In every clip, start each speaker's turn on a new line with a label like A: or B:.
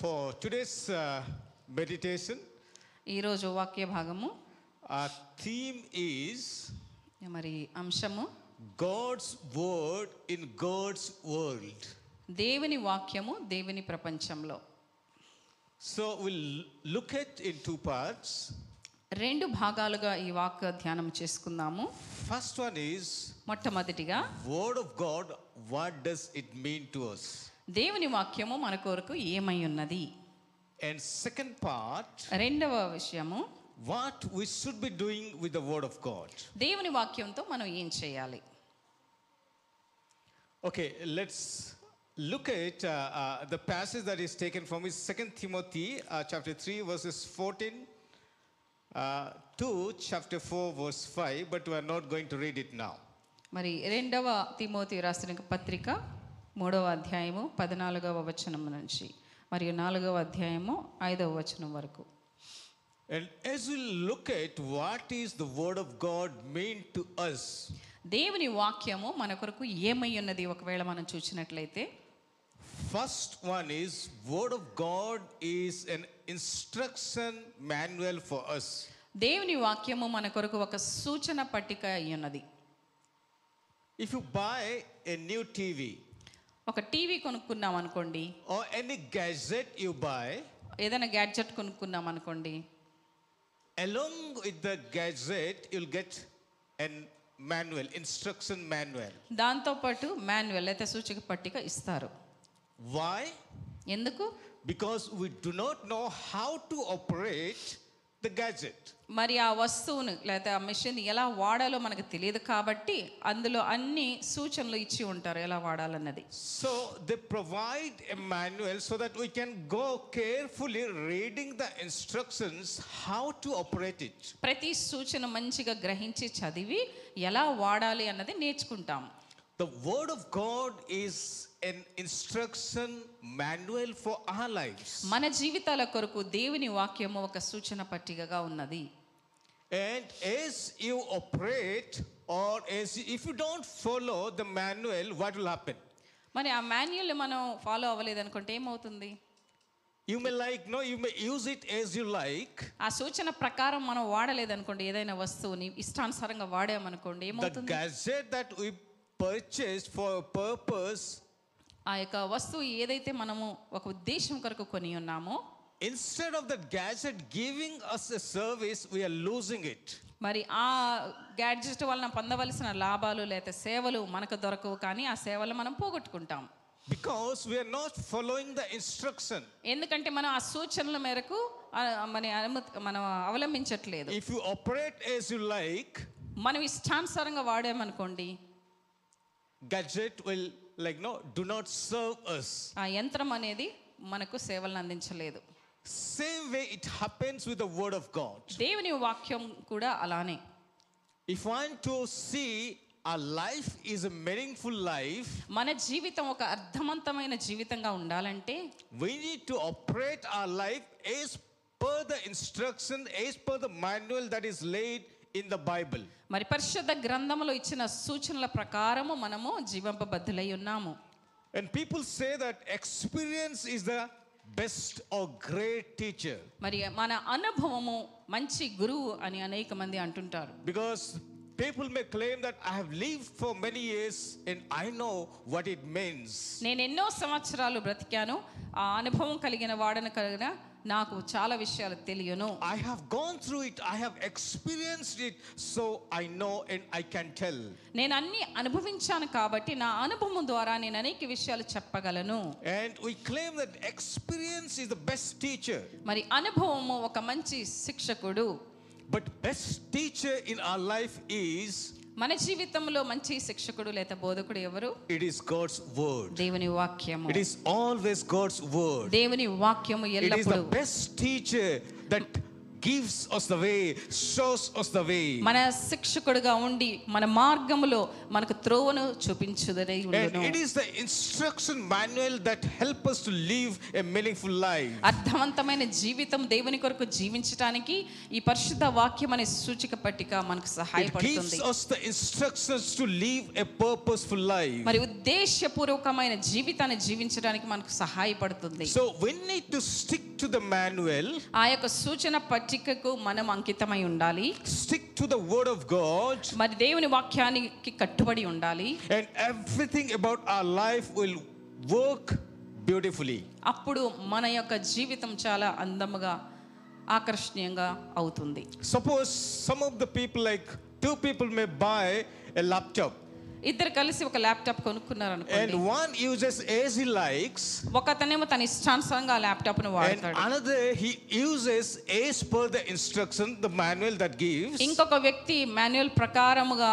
A: for today's uh, meditation,
B: ఈరోజు వాక్య భాగము
A: our theme is
B: మరి అంశము
A: God's Word in God's World.
B: దేవుని వాక్యము దేవుని ప్రపంచంలో
A: So we'll look at in two parts.
B: రెండు భాగాలుగా ఈ వాక్ ధ్యానం చేసుకుందాము
A: First one is
B: మొట్టమొదటిగా
A: Word of God, what does it mean to us?
B: దేవుని వాక్యము మన కొరకు ఏమై ఉన్నది
A: And second part,
B: రెండవ విషయము
A: what we should be doing with the Word of God.
B: దేవుని వాక్యంతో మనం ఏం చేయాలి
A: Okay, let's look at uh, uh, the passage that is taken from is 2 Timothy uh, chapter 3 verses 14 uh, to chapter 4 verse 5, but we are not going to read it now.
B: మరి రెండవ Timothy రాసిన పత్రిక మూడవ అధ్యాయము పద్నాలుగవ వచనం నుంచి మరియు నాలుగవ అధ్యాయము ఐదవ వచనం వరకు
A: And as we look at what is the word of God mean to us,
B: దేవుని వాక్యము మన కొరకు ఏమై ఉన్నది ఒకవేళ మనం చూసినట్లయితే
A: first one is word of God is an instruction manual for us.
B: దేవుని వాక్యము మన కొరకు ఒక సూచన పట్టిక అయి ఉన్నది
A: If you buy a new TV
B: ఒక టీవీ కొనుక్కున్నాం అనుకోండి
A: or any gadget you buy,
B: ఏదైనా గ్యాడ్జెట్ కొనుక్కున్నాం అనుకోండి
A: Along with the gadget, you'll get an manual, instruction manual.
B: దాంతోపాటు మాన్యువల్ అయితే సూచిక పట్టిక ఇస్తారు
A: Why?
B: ఎందుకు
A: Because we do not know how to operate the gadget.
B: మరి ఆ వస్తువును లేకపోతే ఆ మిషన్ ఎలా వాడాలో మనకు తెలియదు కాబట్టి అందులో అన్ని సూచనలు ఇచ్చి ఉంటారు ఎలా వాడాలన్నది
A: So they provide a manual so that we can go carefully reading the instructions how to operate it.
B: ప్రతి సూచన మంచిగా గ్రహించి చదివి ఎలా వాడాలి అన్నది నేర్చుకుంటాం
A: The Word of God is an instruction manual for our lives.
B: మన జీవితాల కొరకు దేవుని వాక్యము ఒక సూచన పట్టికగా ఉన్నది
A: And as you operate, or as if you don't follow the manual, what will happen?
B: మరి ఆ మాన్యువల్ మనం ఫాలో అవ్వలేదనుకుంటే ఏమవుతుంది
A: You may like, no, you may use it as you like.
B: ఆ సూచన ప్రకారం మనం వాడలేదనుకోండి ఏదైనా వస్తువుని ఇష్టానుసారంగా వాడామనుకోండి
A: The
B: ఏమవుతుంది
A: gadget that we purchased for a purpose,
B: ఆ యొక్క వస్తువు ఏదైతే మనము ఒక ఉద్దేశం కొరకు కొని ఉన్నామో
A: instead of that gadget giving us a service, we are losing it.
B: మరి ఆ గ్యాడ్జెట్ వలన పొందవలసిన లాభాలు లేకపోతే సేవలు మనకు దొరకవు కానీ ఆ సేవలు మనం పోగొట్టుకుంటాం
A: Because we are not following the instruction.
B: ఎందుకంటే మనం ఆ సూచనల మేరకు ఆ- మన అనుమతి మనం అవలంబించట్లేదు
A: If you operate as you like,
B: మనం ఇష్టానుసారంగా వాడామనుకోండి
A: gadget will like no do not serve us
B: ఆ యంత్రం అనేది మనకు సేవలను అందించలేదు
A: same way it happens with the word of god
B: దేవుని వాక్యం కూడా అలానే
A: If one to see our life is a meaningful life,
B: మన జీవితం ఒక అర్థవంతమైన జీవితంగా ఉండాలంటే
A: we need to operate our life as per the instruction, as per the manual that is laid in the Bible.
B: మరి పరిశుద్ధ గ్రంథంలో ఇచ్చిన సూచనల ప్రకారము మనము జీవింపబద్ధులై ఉన్నాము
A: And people say that experience is the best or great teacher
B: మరి మన అనుభవము మంచి గురువు అని అనేక మంది అంటుంటారు
A: because people may claim that I have lived for many years and I know what it means.
B: నేను ఎన్నో సంవత్సరాలు బ్రతికాను ఆ అనుభవం కలిగిన వాడను కలిగిన నాకు చాలా విషయాలు తెలియను
A: I have gone through it, I have experienced it, so I know and I can tell.
B: నేను అన్ని అనుభవించాను కాబట్టి నా అనుభవం ద్వారా నేను అనేక విషయాలు చెప్పగలను
A: And we claim that experience is the best teacher.
B: మరి అనుభవము ఒక మంచి శిక్షకుడు
A: But best teacher in our life is
B: మన జీవితంలో మంచి శిక్షకుడు లేదా బోధకుడు ఎవరు
A: it is God's word.
B: దేవుని వాక్యము
A: It is always God's word.
B: దేవుని వాక్యము
A: It is the
B: ఎల్లప్పుడూ
A: best teacher that gives us the way, shows us the way.
B: మన శిక్షకుడుగా ఉండి మన మార్గములో మనకు త్రోవను చూపించుదనే
A: And
B: ఉండును
A: it is the instruction manual that help us to live a meaningful life.
B: Ah, అర్థవంతమైన జీవితం దేవుని కొరకు జీవించటానికి ఈ పరిశుద్ధ వాక్యం అనే సూచిక పట్టిక మనకు
A: It
B: సహాయపడుతుంది
A: gives us the instructions to live a purposeful life.
B: మరి ఉద్దేశ్యపూర్వకమైన జీవితాన్ని జీవించడానికి మనకు సహాయపడుతుంది
A: So we need to stick to the manual,
B: ఆ యొక్క సూచన పట్టికకు మనం అంకితమై ఉండాలి
A: stick to the word of God,
B: మరి దేవుని వాక్యానికి కట్టుబడి ఉండాలి
A: and everything about our life will work beautifully.
B: అప్పుడు మన యొక్క జీవితం చాలా అందముగా ఆకర్షణీయంగా అవుతుంది
A: Suppose some of the people, like two people, may buy a laptop,
B: ఇద్దరు కలిసి ఒక ల్యాప్టాప్ కొనుక్కున్నారు అనుకోండి
A: and one uses as he likes,
B: ఒక అతనేమో తన ఇష్టానుసారంగా ఆ ల్యాప్టాప్ ను
A: and
B: వాడతాడు
A: another he uses as per the instruction, the manual that gives.
B: ఇంకొక వ్యక్తి మాన్యువల్ ప్రకారముగా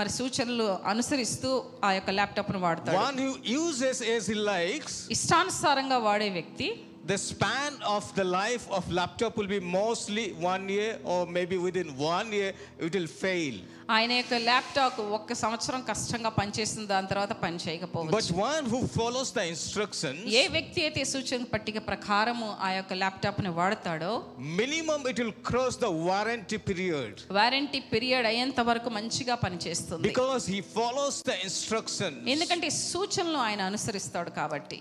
B: మరి సూచనలు అనుసరిస్తూ ఆ యొక్క ల్యాప్టాప్ ను వాడతాడు
A: One who uses as he likes,
B: ఇష్టానుసారంగా వాడే వ్యక్తి
A: the span of the life of laptop will be mostly one year or maybe within one year it will fail.
B: ఆయన యొక్క ల్యాప్టాప్ ఒక్క సంవత్సరం కష్టంగా పనిచేస్తుంది దాని తర్వాత పని చేయకపోవచ్చు
A: But one who follows the instructions,
B: ఏ వ్యక్తి అయితే సూచన పట్టిక ప్రకారము ఆ యొక్క ల్యాప్టాప్ ని వాడతాడో
A: minimum it will cross the warranty period
B: warranty period అయ్యేంత వరకు మంచిగా పనిచేస్తుంది
A: because he follows the instructions.
B: ఎందుకంటే సూచనలు ఆయన అనుసరిస్తాడు కాబట్టి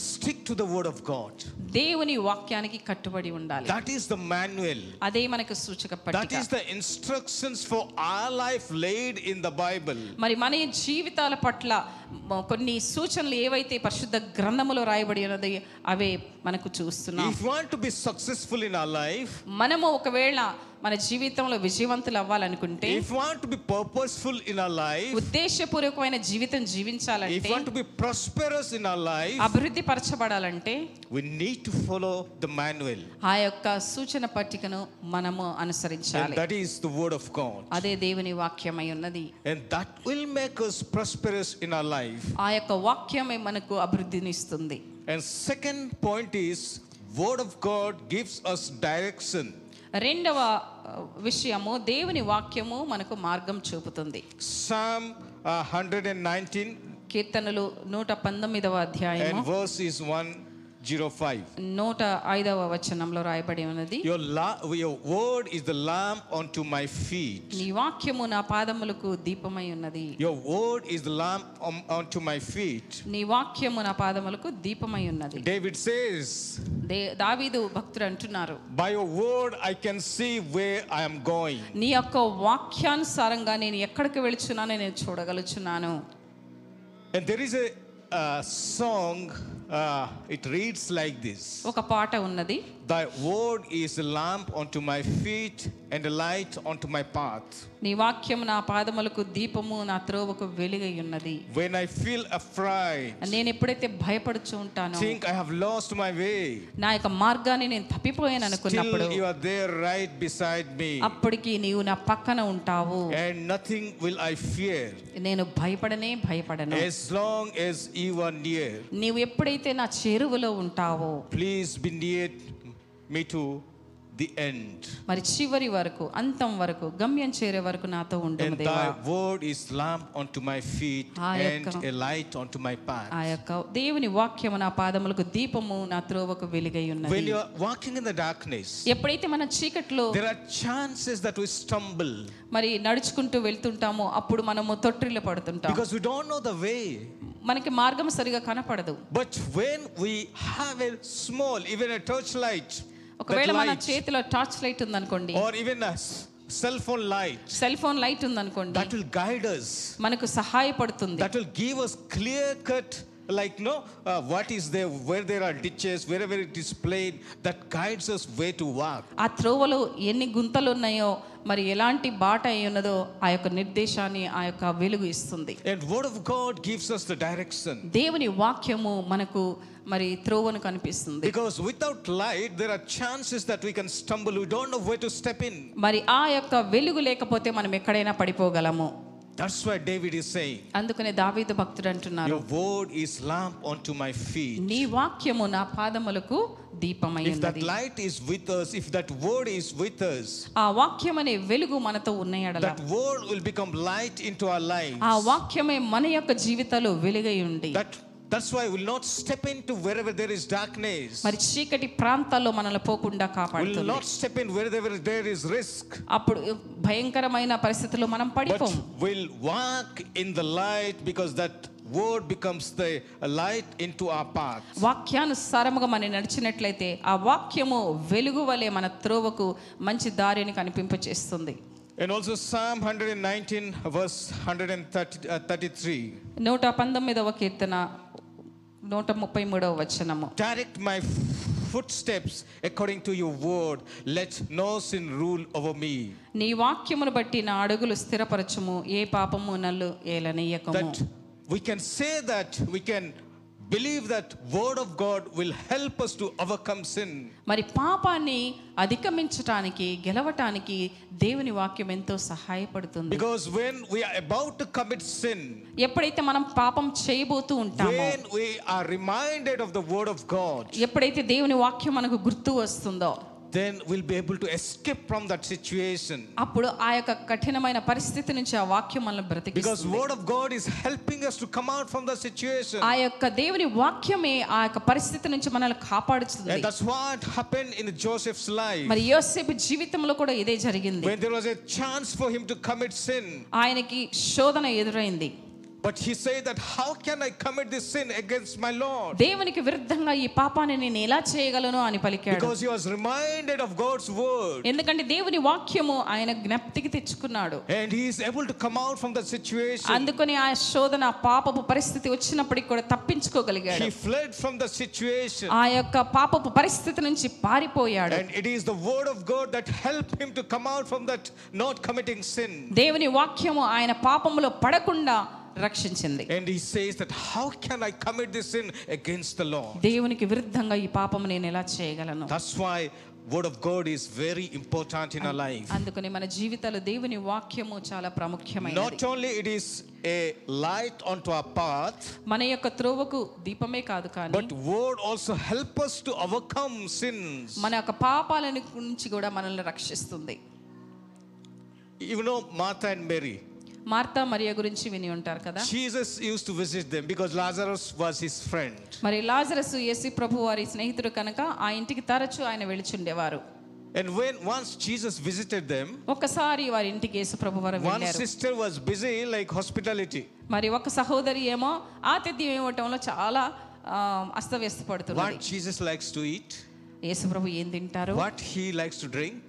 A: Stick to the word of God.
B: దేవుని వాక్యానికి కట్టుబడి ఉండాలి
A: That is the manual.
B: అదే మనకు సూచక
A: That
B: పట్టిక
A: is the instructions for our life laid in the Bible.
B: మరి మన ఈ జీవితాల పట్ల మ- కొన్ని సూచనలు ఏవైతే పరిశుద్ధ గ్రంథములో రాయబడి ఉన్నది అవే మనకు చూస్తున్నాం
A: If you want to be successful in our life,
B: మనము ఒకవేళ మన జీవితంలో విజయవంతులు అవ్వాలనుకుంటే
A: if you want to be purposeful in our life,
B: ఉద్దేశపూర్వకమైన జీవితం
A: If
B: జీవించాలంటే
A: we want to be prosperous in our life,
B: అభివృద్ధి పరచబడాలంటే
A: we need to follow the manual.
B: ఆ యొక్క సూచన పట్టికను మనము
A: And
B: అనుసరించాలి
A: that is the word of God.
B: అదే దేవుని వాక్యమై ఉన్నది
A: And that will make us prosperous in our life.
B: ఆ యొక్క వాక్యమే మనకు అభివృద్ధినిస్తుంది
A: And second point is word of God gives us direction.
B: రెండవ ఆ, విషయము దేవుని వాక్యము మనకు మార్గం చూపుతుంది
A: Psalm uh, 119
B: కీర్తనలు నూట పంతొమ్మిదవ అధ్యాయము
A: and verse is 105.
B: నూట ఐదవ వచనంలో రాయబడి ఉన్నది
A: Your, la- your word is the lamp unto my feet.
B: నీ వాక్యము నా పాదములకు దీపమై ఉన్నది
A: Your word is the lamp um, unto my feet.
B: నీ వాక్యము నా పాదములకు దీపమై ఉన్నది
A: David says,
B: దే దావీదు భక్తుడు అంటున్నారు
A: By your word, I can see where I am going.
B: నీ యొక్క వాక్యానుసారంగా నేను ఎక్కడికి వెళుచున్నానో నేను చూడగలుచున్నాను
A: And there is a uh, song, uh, it reads like this
B: ఒక పాట ఉన్నది
A: Thy word is a lamp unto my feet and a light unto my path.
B: నీ వాక్యము నా పాదములకు దీపము నా త్రోవకు వెలుగై ఉన్నది
A: When I feel afraid,
B: నేను ఎప్పుడైతే భయపడుచు ఉంటానో
A: think I have lost my way,
B: నా యొక్క మార్గాన్ని నేను తప్పిపోయాను అనుకున్నప్పుడు
A: still you are there right beside me,
B: అప్పటికి నీవు నా పక్కన ఉంటావు
A: and nothing will I fear
B: నేను భయపడనే భయపడను
A: as long as you are near.
B: నీవు ఎప్పుడైతే నా చేరువలో ఉంటావో
A: Please be near me to the end.
B: మరి చివరి వరకు అంతం వరకు గమ్యం చేరే వరకు నాతో
A: And
B: ఉండము దేవా
A: thy word is lamp unto my feet
B: ఆ
A: and
B: యొక్క-
A: a light unto my path.
B: ఆ యొక్క దేవుని వాక్యము నా పాదములకు దీపము నా త్రోవకు వెలుగై ఉన్నది
A: When you are walking in the darkness,
B: ఎప్పుడైతే మన చీకట్లో
A: there are chances that we stumble
B: మరి నడుచుకుంటూ వెళ్తుంటామో అప్పుడు మనము తొట్రిల్ల పడుతుంటాం
A: because we don't know the way.
B: మనకి మార్గం సరిగా కనపడదు
A: But when we have a small, even a torchlight,
B: ఒకవేళ
A: that
B: మన
A: light,
B: చేతిలో టార్చ్ లైట్ ఉందనుకోండి
A: or even a s- cell phone light,
B: cell phone light ఉందనుకోండి
A: that will guide us,
B: మనకు సహాయపడుతుంది
A: that will give us clear cut. Like no, uh, what is there? Where there are ditches, wherever it is plain, that guides us where to walk.
B: ఆ త్రోవలో ఎన్ని గుంతలు ఉన్నాయో మరి ఎలాంటి బాట అయి ఉన్నదో ఆ యొక్క నిర్దేశాన్ని ఆ యొక్క వెలుగు ఇస్తుంది
A: And word of God gives us the direction.
B: దేవుని వాక్యము మనకు మరి త్రోవను కనిపిస్తుంది
A: Because without light, there are chances that we can stumble. We don't know where to step in.
B: మరి ఆ యొక్క వెలుగు లేకపోతే మనం ఎక్కడైనా పడిపోగలము
A: That's why David is saying,
B: అందుకనే దావీదు భక్తుడు అంటున్నారు
A: Your word is lamp unto my feet.
B: నీ వాక్యము నా పాదములకు దీపమై
A: If that
B: ఉన్నది
A: light is with us, if that word is with us,
B: ఆ వాక్యం అనే వెలుగు మనతో ఉన్నాయడల
A: that word will become light into our lives.
B: ఆ వాక్యమే మన యొక్క జీవితాలు వెలుగై ఉండి
A: That that's why we'll not step into wherever there is darkness.
B: మరి చీకటి ప్రాంతాల్లో మనల్ని పోకుండా
A: We'll
B: కాపాడుతుంది
A: not step in wherever there is risk.
B: అప్పుడు భయంకరమైన పరిస్థితుల్లో మనం
A: But
B: పడిపోం
A: we'll walk in the light because that word becomes the light into our path.
B: వాక్యానుసారముగా మనం నడిచినట్లయితే ఆ వాక్యము వెలుగు వలె మన త్రోవకు మంచి దారిని కనిపింపచేస్తుంది
A: And also Psalm 119 verse 133. uh, 33.
B: నూట పంతొమ్మిదవ కీర్తన నూట ముప్పై మూడవ వచనము
A: Direct my footsteps according to your word. Let no sin rule over me.
B: నీ వాక్యమును బట్టి నా అడుగులు స్థిరపరచుము ఏ పాపము నల్లు ఏలనీయకము
A: That we can say that, we can believe that word of God will help us to overcome sin.
B: మరి పాపాన్ని అధిగమించటానికి గెలవటానికి దేవుని వాక్యం ఎంతో సహాయపడుతుంది
A: Because when we are about to commit sin,
B: ఎప్పుడైతే మనం పాపం చేయబోతూ ఉంటామో
A: when we are reminded of the word of God,
B: ఎప్పుడైతే దేవుని వాక్యం మనకు గుర్తు వస్తుందో
A: then we'll be able to escape from that situation.
B: అప్పుడు ఆ యొక్క కఠినమైన పరిస్థితి నుంచి ఆ వాక్యం మనల్ని
A: Because
B: బ్రతికిస్తుంది
A: word of God is helping us to come out from the situation.
B: ఆ యొక్క దేవుని వాక్యమే ఆ యొక్క పరిస్థితి నుంచి మనల్ని కాపాడుతుంది
A: And that's what happened in Joseph's life.
B: మరి యోసేపు జీవితంలో కూడా ఇదే జరిగింది
A: When there was a chance for him to commit sin,
B: ఆయనకి శోధన ఎదురైంది
A: but he said that how can I commit this sin against my Lord?
B: దేవునికి విరుద్ధంగా ఈ పాపాన్ని నేను ఎలా చేయగలను అని పలికాడు
A: Because he was reminded of God's word.
B: ఎందుకంటే దేవుని వాక్యము ఆయన జ్ఞప్తికి తెచ్చుకున్నాడు
A: And he is able to come out from that situation.
B: అందుకని ఆ శోధన ఆ పాపపు పరిస్థితి వచ్చినప్పటికి కూడా తప్పించుకోగలిగాడు
A: He fled from the situation.
B: ఆ యొక్క పాపపు పరిస్థితి నుంచి పారిపోయాడు
A: And it is the word of God that helped him to come out from that not committing sin.
B: దేవుని వాక్యము ఆయన పాపములో పడకుండా రక్షించింది
A: And he says that how can I commit this sin against the Lord?
B: దేవునికి విరుద్ధంగా ఈ పాపము నేను ఎలా చేయగలను
A: That's why word of God is very important in our life.
B: అందుకని మన జీవితాలు దేవుని వాక్యము చాలా ప్రాముఖ్యమైనది
A: Not only it is a light onto our path,
B: మన యొక్క త్రోవకు దీపమే కాదు కానీ
A: but word also help us to overcome sins.
B: మన యొక్క పాపాల నుంచి కూడా మనల్ని రక్షిస్తుంది
A: You know Martha and Mary.
B: Martha మరియ గురించి విని ఉంటారు కదా
A: Jesus used to visit them because Lazarus was his friend.
B: మరి లాజరసు యేసు ప్రభు వారి స్నేహితుడు కనుక ఆ ఇంటికి తరచూ ఆయన వెళుచుండేవారు
A: And when once Jesus visited them,
B: ఒకసారి వారి ఇంటికి యేసు ప్రభు వారు
A: one
B: వెళ్ళారు
A: sister was busy like hospitality.
B: మరి ఒక సహోదరి ఏమో ఆతిథ్యం ఇవ్వటంలో చాలా ఆ, అస్తవ్యస్తపడుతున్నది
A: What Jesus likes to eat,
B: యేసు ప్రభు ఏం తింటారు
A: what he likes to drink,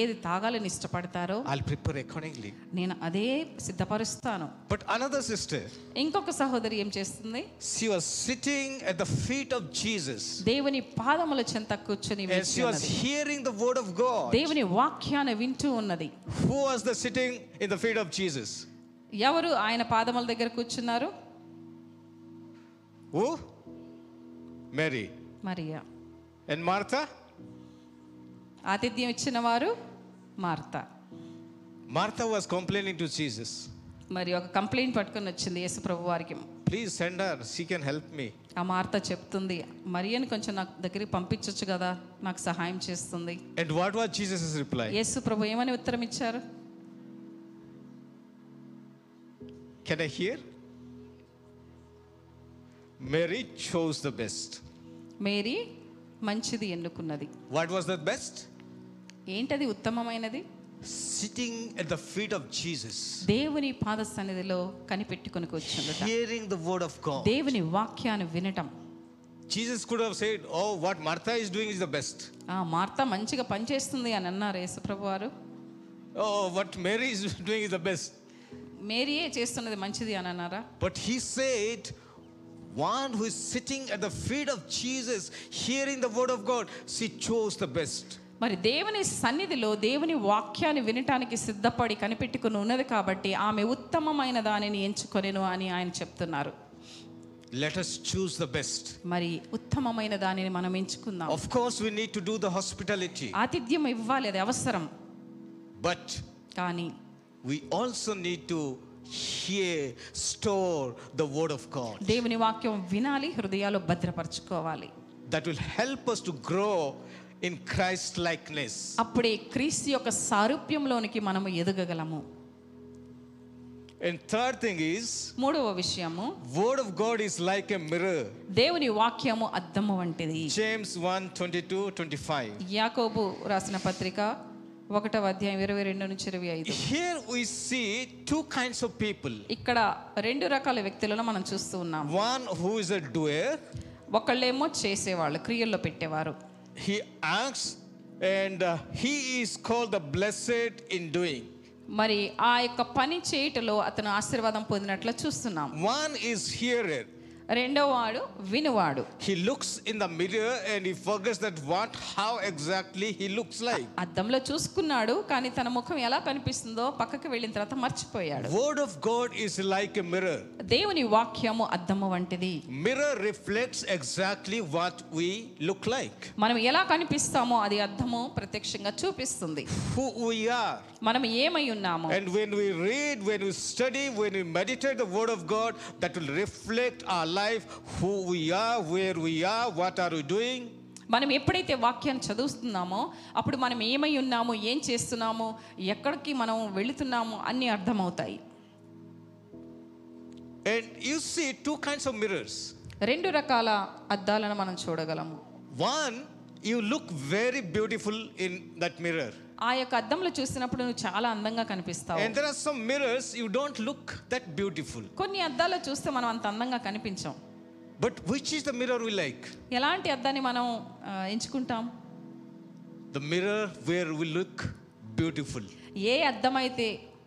B: ఏది తాగాలని ఇష్టపడతారో
A: I'll prepare accordingly.
B: నేను అదే సిద్ధపరుస్తాను
A: But another sister,
B: ఇంకొక సహోదరి ఏం చేస్తుంది
A: she was sitting at the feet of Jesus
B: దేవుని పాదముల చెంత కూర్చొని
A: and
B: వేచి
A: she was
B: ఉన్నది.
A: hearing the word of God.
B: దేవుని వాక్యాన్ని వింటూ ఉన్నది
A: Who was the sitting in the feet of Jesus?
B: ఎవరు ఆయన పాదముల దగ్గర కూర్చున్నారు
A: Who? Mary.
B: Mariya
A: And Martha?
B: ఆతిథ్యం ఇచ్చిన వారు Martha
A: Martha was complaining to Jesus.
B: మరి ఒక కంప్లైంట్ పట్టుకొని వచ్చింది యేసు ప్రభు వారికి
A: Please send her, she can help me.
B: ఆ మార్త చెప్తుంది మరియని కొంచెం నాకు దగ్గరికి పంపించవచ్చు కదా నాకు సహాయం చేస్తుంది
A: And what was Jesus' reply?
B: యేసు ప్రభు ఏమని ఉత్తరం ఇచ్చారు
A: Can I hear? Mary chose the best.
B: Mary మంచిది ఎన్నుకున్నది
A: What was the best?
B: ఏంటది ఉత్తమమైనది
A: Sitting at the feet of Jesus,
B: దేవుని పాద సన్నిధిలో కనిపెట్టుకొని కూర్చుండట
A: hearing the word of God.
B: దేవుని వాక్యాన్ని వినటం
A: Jesus could have said, Oh, what Martha is doing is the best.
B: ఆ మార్త మంచిగా పనిచేస్తుంది అని అన్నారు యేసుప్రభు వారు
A: Oh, what Mary is doing is the best.
B: మేరీయే చేస్తున్నది మంచిది అని అన్నారా
A: But he said, One who is sitting at the feet of Jesus, hearing the word of God, she chose the best.
B: మరి దేవుని సన్నిధిలో దేవుని వాక్యాన్ని వినటానికి సిద్ధపడి కనిపెట్టుకుని ఉన్నది కాబట్టి ఆమె ఉత్తమమైన దానిని ఎంచుకొనెను అని ఆయన చెప్తున్నారు
A: Let us choose the best.
B: మరి ఉత్తమమైన దానిని మనం ఎంచుకుందాం
A: Of course, we need to do the hospitality,
B: ఆతిథ్యం ఇవ్వాలి అది అవసరం
A: but
B: కానీ
A: we also need to hear, store the word of God.
B: దేవుని వాక్యం వినాలి హృదయాలు భద్రపరచుకోవాలి
A: That will help us to grow in Christ likeness.
B: అప్పుడే క్రీస్తు యొక్క సారూప్యంలోనికి మనము ఎదగగలము
A: And third thing is,
B: మూడవ విషయము
A: word of God is like a mirror.
B: దేవుని వాక్యము అద్దము వంటిది
A: James 1 22 25.
B: యాకోబు రాసిన పత్రిక ఒకటవ అధ్యాయం ఇరవై రెండు నుంచి ఇరవై ఐదు
A: Here we see two kinds of people.
B: ఇక్కడ రెండు రకాల వ్యక్తులను మనం చూస్తూ ఉన్నాం
A: One who is a doer,
B: ఒకళ్ళేమో చేసేవాళ్ళు క్రియల్లో పెట్టేవారు
A: he acts and uh, he is called the blessed in doing.
B: మరి ఆ యొక్క పని చేయుటలో అతను ఆశీర్వాదం పొందినట్లు చూస్తున్నాం
A: One is hearer.
B: రెండో వాడు వినువాడు
A: He looks in the mirror and he forgets that what, how exactly he looks like.
B: అద్దంలో చూసుకున్నాడు కానీ తన ముఖం ఎలా కనిపిస్తుందో పక్కకి వెళ్ళిన తర్వాత మర్చిపోయాడు
A: Word of God is like a mirror.
B: దేవుని వాక్యము అద్దము వంటిది
A: Mirror reflects exactly what we look like,
B: మనం ఎలా కనిపిస్తామో అది అద్దము ప్రత్యక్షంగా చూపిస్తుంది
A: who we are.
B: మనం ఏమై ఉన్నామో
A: And when we read, when we study, when we meditate the Word of God, that will reflect our life, who we are, where we are, what are we doing.
B: మనం ఎప్పుడైతే వాక్యాన్ని చదువుతున్నామో అప్పుడు మనం ఏమై ఉన్నాము ఏం చేస్తున్నాము ఎక్కడికి మనం వెళుతున్నాము అన్నీ అర్థమవుతాయి
A: And you see two kinds of mirrors.
B: రెండు రకాల అద్దాలను మనం చూడగలము
A: One, you look very beautiful in that mirror.
B: ఆ యొక్క అద్దంలో చూసినప్పుడు నువ్వు చాలా అందంగా కనిపిస్తావు
A: And there are some mirrors you don't look that beautiful.
B: కొన్ని అద్దాలు చూస్తే మనం అంత అందంగా కనిపించాం
A: But which is the mirror we like?
B: ఎలాంటి అద్దాన్ని మనం ఆ, ఎంచుకుంటాం
A: The mirror where we look beautiful.
B: ఏ అద్దం అయితే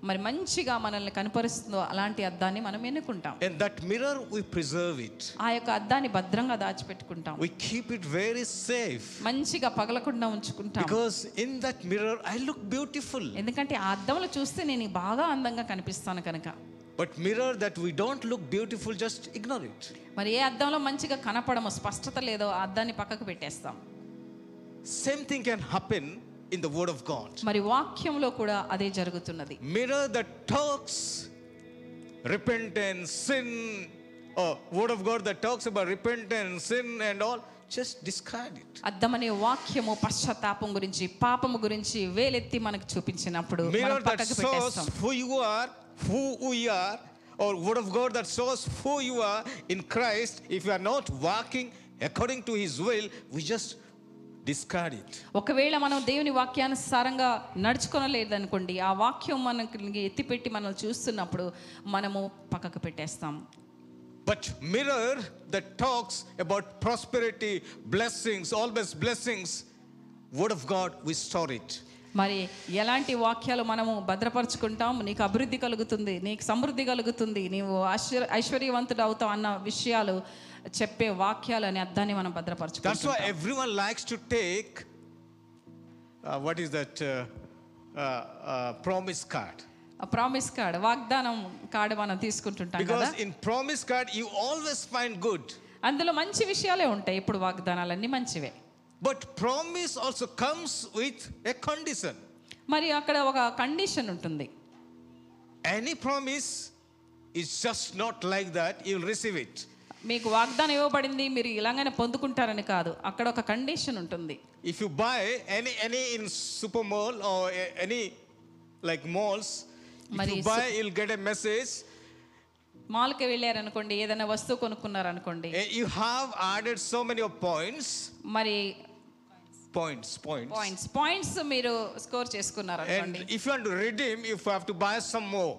B: మరి మంచిగా మనల్ని కనపరుస్తుందో అలాంటి అద్దాన్ని మనం ఎన్నుకుంటాం
A: And that mirror, we preserve it.
B: ఆ యొక్క అద్దాన్ని భద్రంగా దాచిపెట్టుకుంటాం
A: We keep it very safe.
B: మంచిగా పగలకుండా ఉంచుకుంటాం
A: Because in that mirror, I look beautiful.
B: ఎందుకంటే ఆ అద్దంలో చూస్తే నేను బాగా అందంగా కనిపిస్తాను కనుక
A: But mirror that we don't look beautiful, just ignore it.
B: మరి ఏ అద్దంలో మంచిగా కనపడము స్పష్టత లేదో ఆ అద్దాన్ని పక్కకు పెట్టేస్తాం
A: Same thing can happen in the Word of God.
B: మరి వాక్యంలో కూడా అదే జరుగుతున్నది
A: Mirror that talks repentance, sin, or Word of God that talks about repentance, sin, and all, just discard it.
B: అద్దమనే వాక్యము పశ్చాత్తాపం గురించి పాపము గురించి వేలెత్తి మనకు చూపించినప్పుడు
A: Mirror
B: మనం
A: that
B: పక్కకు
A: shows
B: పెట్టేస్తాం
A: who you are, who we are, or word of God that shows who you are in Christ. If you are not walking according to His will, we just discard it.
B: ఒకవేళ మనం దేవుని వాక్యానుసారంగా నడుచుకొనలేదనుకోండి ఆ వాక్యం మనకి ఎత్తిపెట్టి మనల్ని చూస్తున్నప్పుడు మనము పక్కకు పెట్టేస్తాం
A: But mirror that talks about prosperity, blessings, always blessings, word of God, we store it.
B: మరి ఎలాంటి వాక్యాలు మనము భద్రపరచుకుంటాం నీకు అభివృద్ధి కలుగుతుంది నీకు సమృద్ధి కలుగుతుంది నీవు ఆశ్చర్య ఐశ్వర్యవంతుడు అవుతావు అన్న విషయాలు చెప్పే వాక్యాలు అనే అర్థాన్ని మనం
A: That's
B: భద్రపరచుకుంటాం
A: why everyone likes to take uh, what is that uh, uh, uh, promise card.
B: Promise card వాగ్దానం కార్డు మనం తీసుకుంటుంటాం కదా
A: Because in promise card, you always find good.
B: అందులో మంచి విషయాలే ఉంటాయి ఇప్పుడు వాగ్దానాలన్నీ మంచివే
A: But promise also comes with a condition.
B: మరి అక్కడ ఒక కండిషన్ ఉంటుంది
A: Any promise is just not like that, you'll receive it.
B: మీకు వాగ్దానం ఇవ్వబడింది మీరు ఇలాగనే పొందుకుంటారని కాదు అక్కడ ఒక కండిషన్ ఉంటుంది
A: If you buy any any in super mall or a- any like malls, if
B: Mari,
A: you buy, you'll get a message.
B: మాల్కి వెళ్ళారనుకోండి ఏదైనా వస్తువు కొనుక్కున్నారనుకోండి
A: eh, You have added so many of points,
B: మరి
A: points, points.
B: పాయింట్స్ పాయింట్స్ మీరు score చేసుకున్నారు
A: And
B: అనుకోండి
A: if you want to redeem, if you have to buy some more.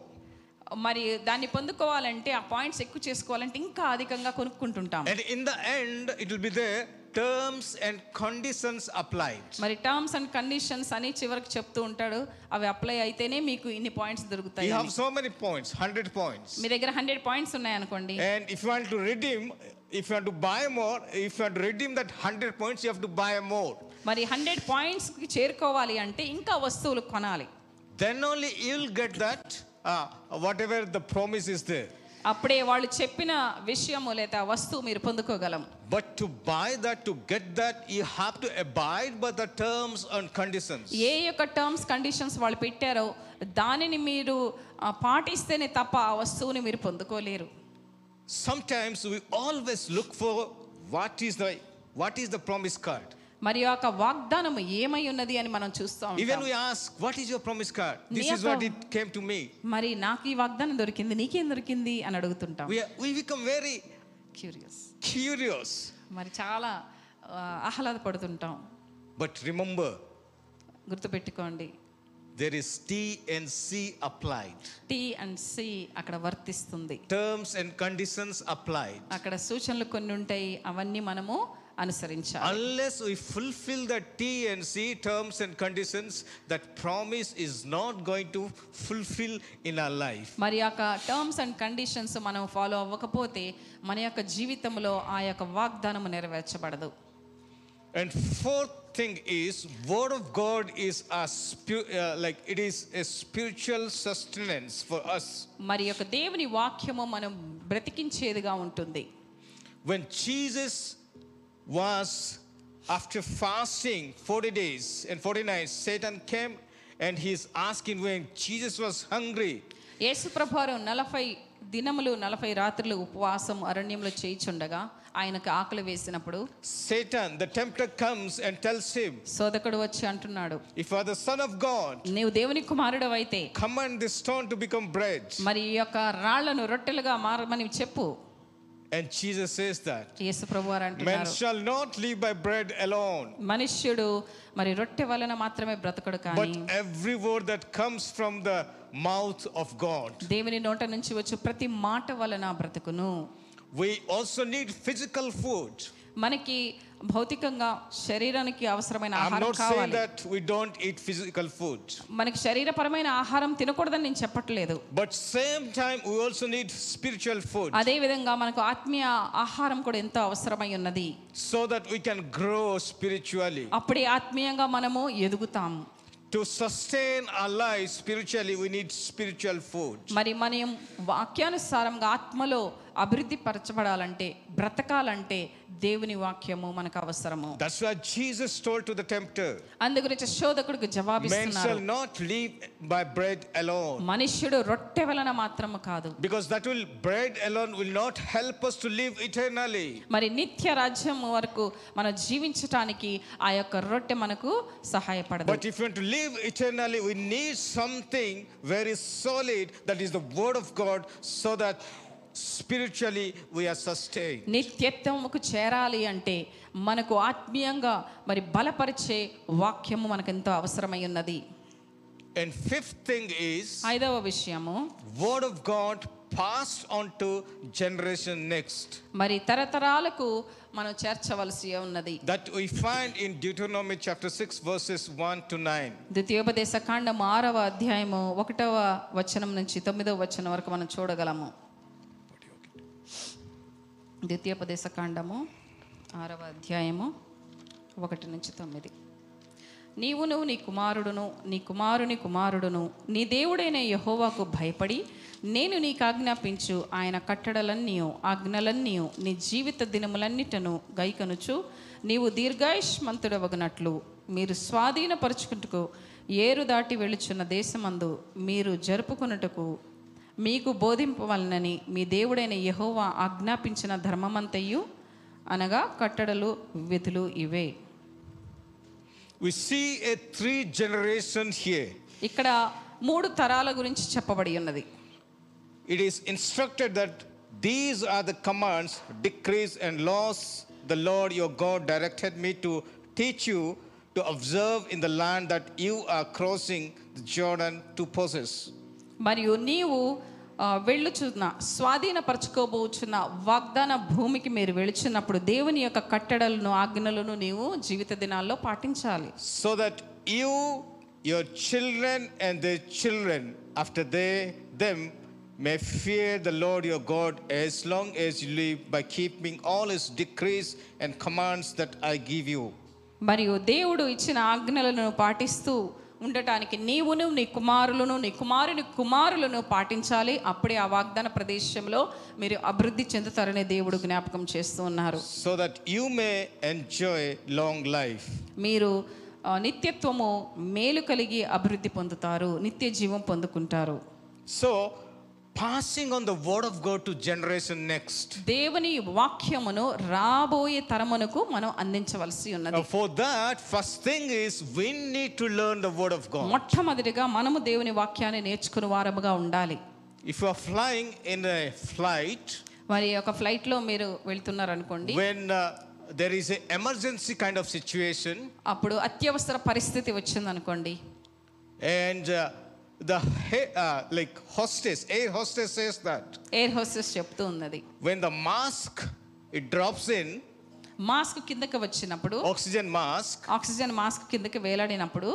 B: మరి దాన్ని పొందుకోవాలంటే ఆ పాయింట్స్ ఎక్కువ చేసుకోవాలంటే ఇంకా అధికంగా కొనుక్కుంటుంటాం
A: And in the end, it will be there terms and conditions applied.
B: మరి టర్మ్స్ అండ్ కండిషన్స్ అని చివరికి చెప్తూ ఉంటాడు అవి అప్లై అయితేనే మీకు ఇన్ని పాయింట్స్ దొరుకుతాయి
A: You
B: అని.
A: have so many points, 100 points.
B: మీ దగ్గర హండ్రెడ్ పాయింట్స్ ఉన్నాయనుకోండి
A: And if you want to redeem, if you want to buy more, if you want to redeem that 100 points, you have to buy more.
B: మరి hundred పాయింట్స్కి చేరుకోవాలి అంటే ఇంకా వస్తువులు కొనాలి
A: then only you'll get that uh, whatever the promise is there
B: అప్పుడే వాళ్ళు చెప్పిన విషయము లేదా వస్తువు మీరు పొందుకోగలం
A: But to buy that, to get that, you have to abide by the terms and conditions.
B: ఏ యొక్క టర్మ్స్ కండిషన్స్ వాళ్ళు పెట్టారో దానిని మీరు ఆ, పాటిస్తేనే తప్ప ఆ వస్తువుని మీరు పొందుకోలేరు
A: Sometimes we always look for what is the what is the promise card.
B: మరి ఆ యొక్క వాగ్దానం ఏమై ఉన్నది అని మనం చూస్తాం
A: Even we ask, what is your promise card? This is
B: Niyaka-
A: what it came to me.
B: మరి నాకు ఈ వాగ్దానం దొరికింది నీకేం దొరికింది అని అడుగుతుంటాం
A: We, are, we become very
B: curious
A: curious.
B: మరి చాలా ఆ, ఆహ్లాదపడుతుంటాం
A: But remember,
B: గుర్తుపెట్టుకోండి
A: there is T and C applied.
B: T and C అక్కడ వర్తిస్తుంది
A: Terms and conditions applied.
B: అక్కడ సూచనలు కొన్ని ఉంటాయి అవన్నీ మనము అనుసరించాలి
A: Unless we fulfill the T and C terms and conditions, that promise is not going to fulfill in our life.
B: మరి యొక్క టర్మ్స్ అండ్ కండిషన్స్ మనం ఫాలో అవ్వకపోతే మన యొక్క జీవితంలో ఆ యొక్క వాగ్దానము నెరవేర్చబడదు
A: And fourth thing is, Word of God is a spu- uh, like it is a spiritual sustenance for us.
B: మరి యొక్క దేవుని వాక్యము మనం బ్రతికించేదిగా ఉంటుంది
A: When Jesus was after fasting 40 days and 40 nights, Satan came and he's asking when Jesus was hungry,
B: యేసు ప్రభారం నలభై దినములు నలభై రాత్రులు ఉపవాసం అరణ్యంలో చేయిచుండగా ఆయనకు ఆకలి వేసినప్పుడు
A: Satan, the tempter, comes and tells him,
B: సోదకుడు వచ్చి అంటున్నాడు
A: If you are the Son of God,
B: నీవు దేవుని కుమారుడు అయితే
A: command this stone to become bread.
B: మరి ఈ యొక్క రాళ్లను రొట్టెలుగా మారమని చెప్పు
A: And Jesus says that
B: యేసు ప్రభువారు
A: man
B: అంటున్నారు
A: shall not live by bread alone,
B: మనుష్యుడు మరి రొట్టె వలన మాత్రమే బ్రతకడు
A: but
B: కానీ
A: every word that comes from the mouth of God.
B: దేవుని నోట నుంచి వచ్చు ప్రతి మాట వలన బ్రతుకును
A: We also need physical food.
B: మనకి భౌతికంగా శరీరానికి అవసరమైన
A: I'm
B: ఆహారం
A: not saying
B: కావాలి
A: that we don't eat physical food,
B: మనకి శరీరపరమైన ఆహారం తినకూడదని నేను చెప్పట్లేదు
A: but same time we also need spiritual food
B: అదే విధంగా మనకు ఆత్మీయ ఆహారం కూడా ఎంతో అవసరమై ఉన్నది
A: so that we can grow spiritually.
B: అప్పుడే ఆత్మీయంగా మనము ఎదుగుతాము
A: To sustain our lives spiritually, we need spiritual food.
B: మరి మనం వాక్యానుసారంగా ఆత్మలో అభివృద్ధి పరచబడాలంటే బ్రతకాలంటే దేవుని వాక్యము మనకు అవసరము
A: That's why Jesus told to the tempter,
B: అందు గురించి శోధకుడికి
A: Man shall
B: జవాబిస్తున్నారు
A: not live by bread alone.
B: మనుష్యుడు రొట్టె వలన మాత్రము కాదు
A: Because that will bread alone will not help us to live eternally.
B: మరి నిత్య రాజ్యం వరకు మనం జీవించటానికి ఆ యొక్క రొట్టె మనకు సహాయపడదు
A: But if you want to live eternally, we need something very solid that is the word of God so that spiritually we are sustained.
B: నిత్యత్వముకు చేరాలి అంటే మనకు ఆత్మీయంగా మరి బలపరిచే వాక్యము మనకు ఎంతో అవసరమై ఉన్నది
A: And fifth thing is
B: ఐదవ విషయము
A: word of God passed on to generation next.
B: మరి తరతరాలకు మనం చేర్చవలసి ఉన్నది
A: That we find in Deuteronomy chapter 6 verses 1 to 9.
B: ద్వితీయోపదేశ కాండం ఆరవ అధ్యాయము ఒకటవ వచనం నుంచి తొమ్మిదవ వచనం వరకు మనం చూడగలము ద్వితీయోపదేశ కాండము ఆరవ అధ్యాయము ఒకటి నుంచి తొమ్మిది నీవును నీ కుమారుడును నీ కుమారుని కుమారుడును నీ దేవుడైన యహోవాకు భయపడి నేను నీకు ఆజ్ఞాపించు ఆయన కట్టడలన్నీయు ఆజ్ఞలన్నీయు నీ జీవిత దినములన్నిటను గైకనుచు నీవు దీర్ఘాయుష్మంతుడవగనట్లు మీరు స్వాధీనపరుచుకుంటకు ఏరు దాటి వెళుచున్న దేశమందు మీరు జరుపుకొనుటకు మీకు బోధింపవలనని మీ దేవుడైన యహోవా ఆజ్ఞాపించిన ధర్మమంతయు అనగా కట్టడలు విధులు ఇవే
A: We see a three generation here.
B: ఇక్కడ మూడు తరాల గురించి చెప్పబడి ఉన్నది
A: It is instructed that these are the commands, decrees, and laws the Lord your God directed me to teach you to observe in the land that you are crossing the Jordan to possess.
B: మరియు నీవు ఆ, వెళ్ళుచున్న స్వాధీనపరచుకోబోచున్న వాగ్దాన భూమికి మీరు వెళుచున్నప్పుడు దేవుని యొక్క కట్టడలను ఆజ్ఞలను నీవు జీవిత దినాల్లో పాటించాలి
A: So that you, your children, and their children after they, them may fear the Lord your God as long as you live by keeping all his decrees and commands that I give you.
B: మరియు దేవుడు ఇచ్చిన ఆజ్ఞలను పాటిస్తూ ఉండటానికి నీవును నీ కుమారులను నీ కుమారుని కుమారులను పాటించాలి అప్పుడే ఆ వాగ్దాన ప్రదేశంలో మీరు అభివృద్ధి చెందుతారనే దేవుడు జ్ఞాపకం చేస్తూ ఉన్నారు
A: so that you may enjoy long life.
B: మీరు ఆ, నిత్యత్వము మేలు కలిగి అభివృద్ధి పొందుతారు నిత్య జీవం పొందుకుంటారు
A: So, passing on the word of God to generation next.
B: దేవుని వాక్యమును రాబోయే తరమునకు మనం అందించవలసి ఉన్నది
A: Now, Uh, for that, first thing is we need to learn the word of God.
B: మొట్టమొదటిగా మనము దేవుని వాక్యాన్ని నేర్చుకుని వారముగా ఉండాలి
A: If you are flying in a flight,
B: మరి ఒక ఫ్లైట్లో మీరు వెళ్తున్నారనుకోండి
A: when uh, there is an emergency kind of situation
B: అప్పుడు అత్యవసర పరిస్థితి వచ్చిందనుకోండి
A: and uh, the he- uh, like hostess air hostess says that
B: air hostess చెప్తూ ఉన్నది
A: when the mask it drops in
B: mask కిందకి వచ్చినప్పుడు
A: oxygen mask
B: ఆక్సిజన్ మాస్క్ కిందకి వేలాడినప్పుడు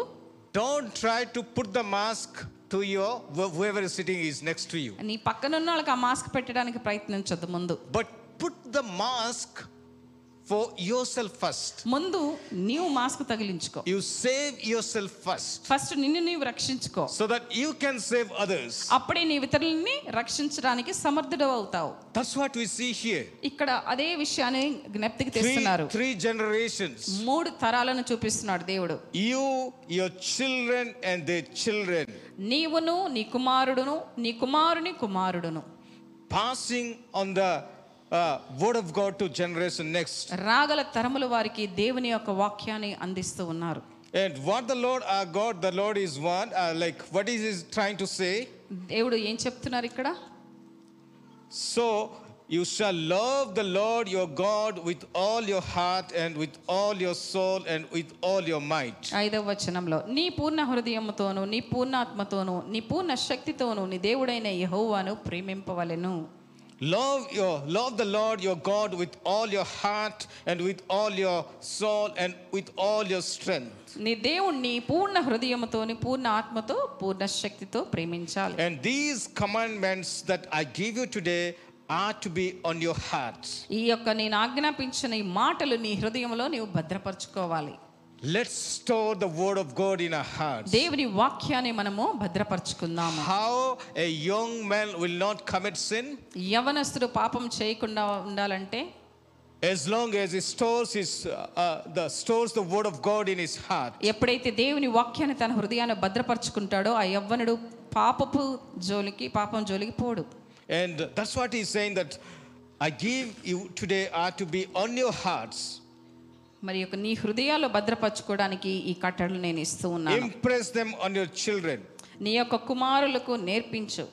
A: don't try to put the mask to your wh- whoever is sitting is next to you
B: నీ పక్కన ఉన్న వాళ్ళకి ఆ మాస్క్ పెట్టడానికి ప్రయత్నించొద్దు ముందు
A: but put the mask for yourself first
B: ముందు నీవు mask తగిలించుకో
A: you save yourself first
B: first నిన్ను నీవు రక్షించుకో
A: so that you can save others
B: అప్పుడే నీ ఇతరులని రక్షించడానికి సమర్థుడు అవుతావు
A: that's what we see here
B: ఇక్కడ అదే విషయాన్ని జ్ఞప్తికి
A: three,
B: తెస్తున్నారు
A: three generations
B: మూడు తరాలను చూపిస్తున్నాడు దేవుడు
A: You, your children, and their children
B: నీవును నీ కుమారుడును నీ కుమారుని కుమారుడును
A: passing on the uh, word of God to generation next.
B: రాగల తరముల వారికి దేవుని యొక్క వాక్యాన్ని అందిస్తూ ఉన్నారు
A: And what the Lord our God, the Lord is one, uh, like what is he trying to say?
B: దేవుడు ఏం చెప్తున్నారు ఇక్కడ
A: So you shall love the Lord your God with all your heart and with all your soul and with all your might.
B: ఐదవ వచనంలో నీ పూర్ణ హృదయముతోను నీ పూర్ణ ఆత్మతోను నీ పూర్ణ శక్తితోను నీ దేవుడైన యెహోవాను ప్రేమింపవలెను
A: Love your love the Lord your God with all your heart and with all your soul and with all your strength.
B: నీ దేవుణ్ణి పూర్ణ హృదయముతో నీ పూర్ణ ఆత్మతో పూర్ణ శక్తితో ప్రేమించాలి
A: And these commandments that I give you today are to be on your hearts.
B: ఈ యొక్క నేను ఆజ్ఞాపించిన ఈ మాటలు నీ హృదయంలో నీవు భద్రపరచుకోవాలి
A: Let's store the word of God in our hearts.
B: దేవుని వాక్యాన్ని మనము భద్రపరచుకుందాము
A: How a young man will not commit sin
B: యవనస్తుడు పాపం చేయకుండా ఉండాలంటే
A: as long as he stores his uh, uh, the stores the word of God in his heart.
B: ఎప్పుడైతే దేవుని వాక్యాన్ని తన హృదయాన్ని భద్రపరచుకుంటాడో ఆ యవ్వనుడు పాపపు జోలికి పాపం జోలికి పోడు
A: And that's what he's saying that I give you today are to be on your hearts.
B: మరి యొక్క నీ హృదయాల్లో భద్రపరచుకోవడానికి ఈ కట్టడలు నేను ఇస్తూ ఉన్నాను
A: Impress them on your children.
B: నీ యొక్క కుమారులకు నేర్పించు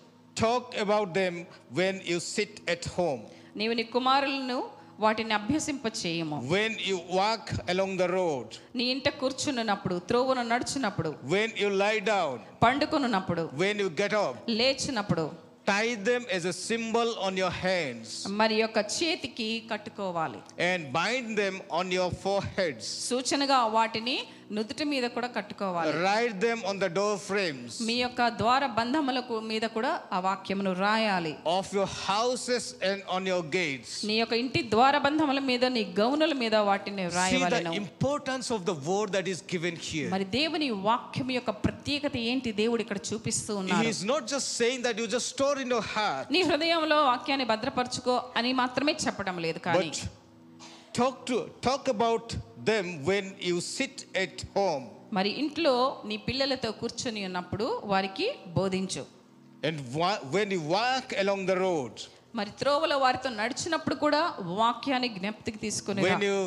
A: Talk about them when you sit at home,
B: నీవు నీ కుమారులను వాటిని అభ్యసింప చేయము
A: when you walk along the road.
B: నీ ఇంట కూర్చున్నప్పుడు త్రోవను నడుచున్నప్పుడు
A: When you lie down,
B: పండుకొనున్నప్పుడు
A: when you get up,
B: లేచినప్పుడు
A: tie them as a symbol on your hands
B: మరి యొక్క చేతికి కట్టుకోవాలి
A: and bind them on your foreheads.
B: సూచనగా వాటిని నుదుటి మీద కూడా కట్టుకోవాలి
A: Write them on the door frames
B: మీ యొక్క ద్వార బంధములకు మీద కూడా ఆ వాక్యమును రాయాలి
A: of your houses and on your gates.
B: నీ యొక్క ఇంటి ద్వార బంధముల మీద నీ గౌనుల మీద వాటిని
A: See the
B: రాయవలెను
A: importance of the word that is given here.
B: మరి దేవుని వాక్యం యొక్క ప్రత్యేకత ఏంటి దేవుడు ఇక్కడ చూపిస్తూ
A: He
B: ఉన్నారు
A: is not just saying that you just store in your heart,
B: నీ హృదయంలో వాక్యాన్ని భద్రపరచుకో అని మాత్రమే చెప్పడం లేదు కానీ
A: but talk to talk about them when you sit at home
B: మరి ఇంట్లో నీ పిల్లలతో కూర్చొని ఉన్నప్పుడు వారికి బోధించు
A: and wa- when you walk along the road.
B: మరి త్రోవలో వారితో నడిచినప్పుడు కూడా వాక్యాన్ని జ్ఞప్తికి తీసుకుని
A: When you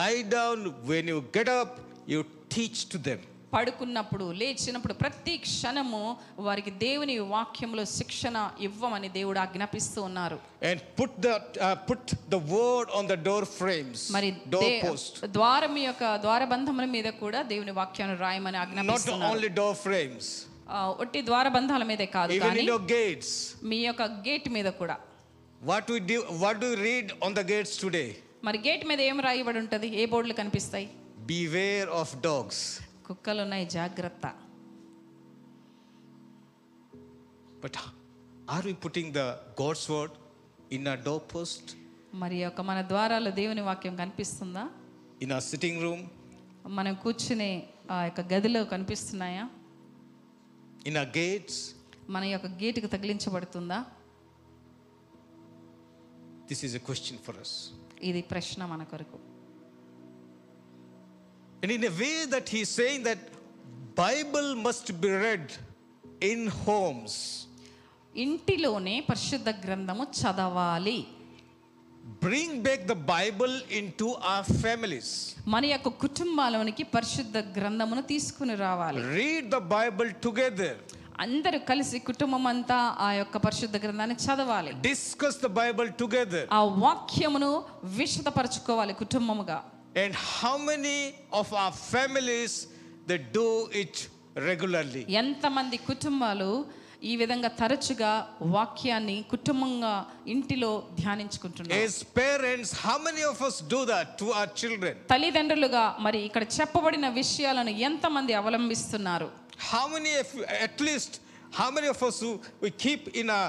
A: lie down, when you get up, you teach to them.
B: పడుకున్నప్పుడు లేచినప్పుడు ప్రతి క్షణము వారికి దేవుని వాక్యంలో శిక్షణ ఇవ్వమని దేవుడు ఆజ్ఞాపిస్తూ ఉన్నారు
A: And put the, uh, put the word on the door frames,
B: మరి
A: door
B: దే-
A: post.
B: ద్వారం యొక్క ద్వారబంధముల మీద కూడా దేవుని వాక్యాన్ని రాయమని
A: Not
B: ఆజ్ఞాపిస్తున్నారు
A: only door frames,
B: ఆ, ఒట్టి ద్వారబంధాల మీదే కాదు
A: even
B: కానీ
A: in your gates.
B: మీ యొక్క గేట్ మీద కూడా
A: What we do, what do we read on the gates today?
B: మరి గేట్ మీద ఏం రాయబడి ఉంటుంది ఏ బోర్డులు కనిపిస్తాయి
A: Beware of dogs.
B: కుక్కలు ఉన్నాయి జాగ్రత్త
A: But are we putting the God's word in our doorpost,
B: మరి యొక్క మన ద్వారాల్లో దేవుని వాక్యం కనిపిస్తుందా
A: in our sitting room,
B: మనం కూర్చునే ఆ యొక్క గదిలో కనిపిస్తున్నాయా
A: in our gates.
B: మన యొక్క గేటుకు తగిలించబడుతుందా
A: This is a question for us.
B: ఇది ప్రశ్న మన కొరకు
A: And in a way that he's saying that Bible must be read in homes.
B: ఇంటిలోనే పరిశుద్ధ గ్రంథము చదవాలి
A: Bring back the Bible into our families.
B: మన యొక్క కుటుంబాలోనికి పరిశుద్ధ గ్రంథమును తీసుకుని రావాలి
A: Read the Bible together.
B: అందరూ కలిసి కుటుంబం అంతా ఆ యొక్క పరిశుద్ధ గ్రంథాన్ని చదవాలి
A: Discuss the Bible together.
B: ఆ వాక్యమును విశదపరచుకోవాలి కుటుంబముగా
A: And how many of our families they do it regularly?
B: ఎంతమంది కుటుంబాలు ఈ విధంగా తరచుగా వాక్యాన్ని కుటుంబంగా ఇంటిలో ధ్యానించుకుంటున్నారు
A: As parents, how many of us do that to our children?
B: తల్లిదండ్రులుగా మరి ఇక్కడ చెప్పబడిన విషయాలను ఎంతమంది అవలంబిస్తున్నారు
A: How many, of, at least, how many of us who we keep in our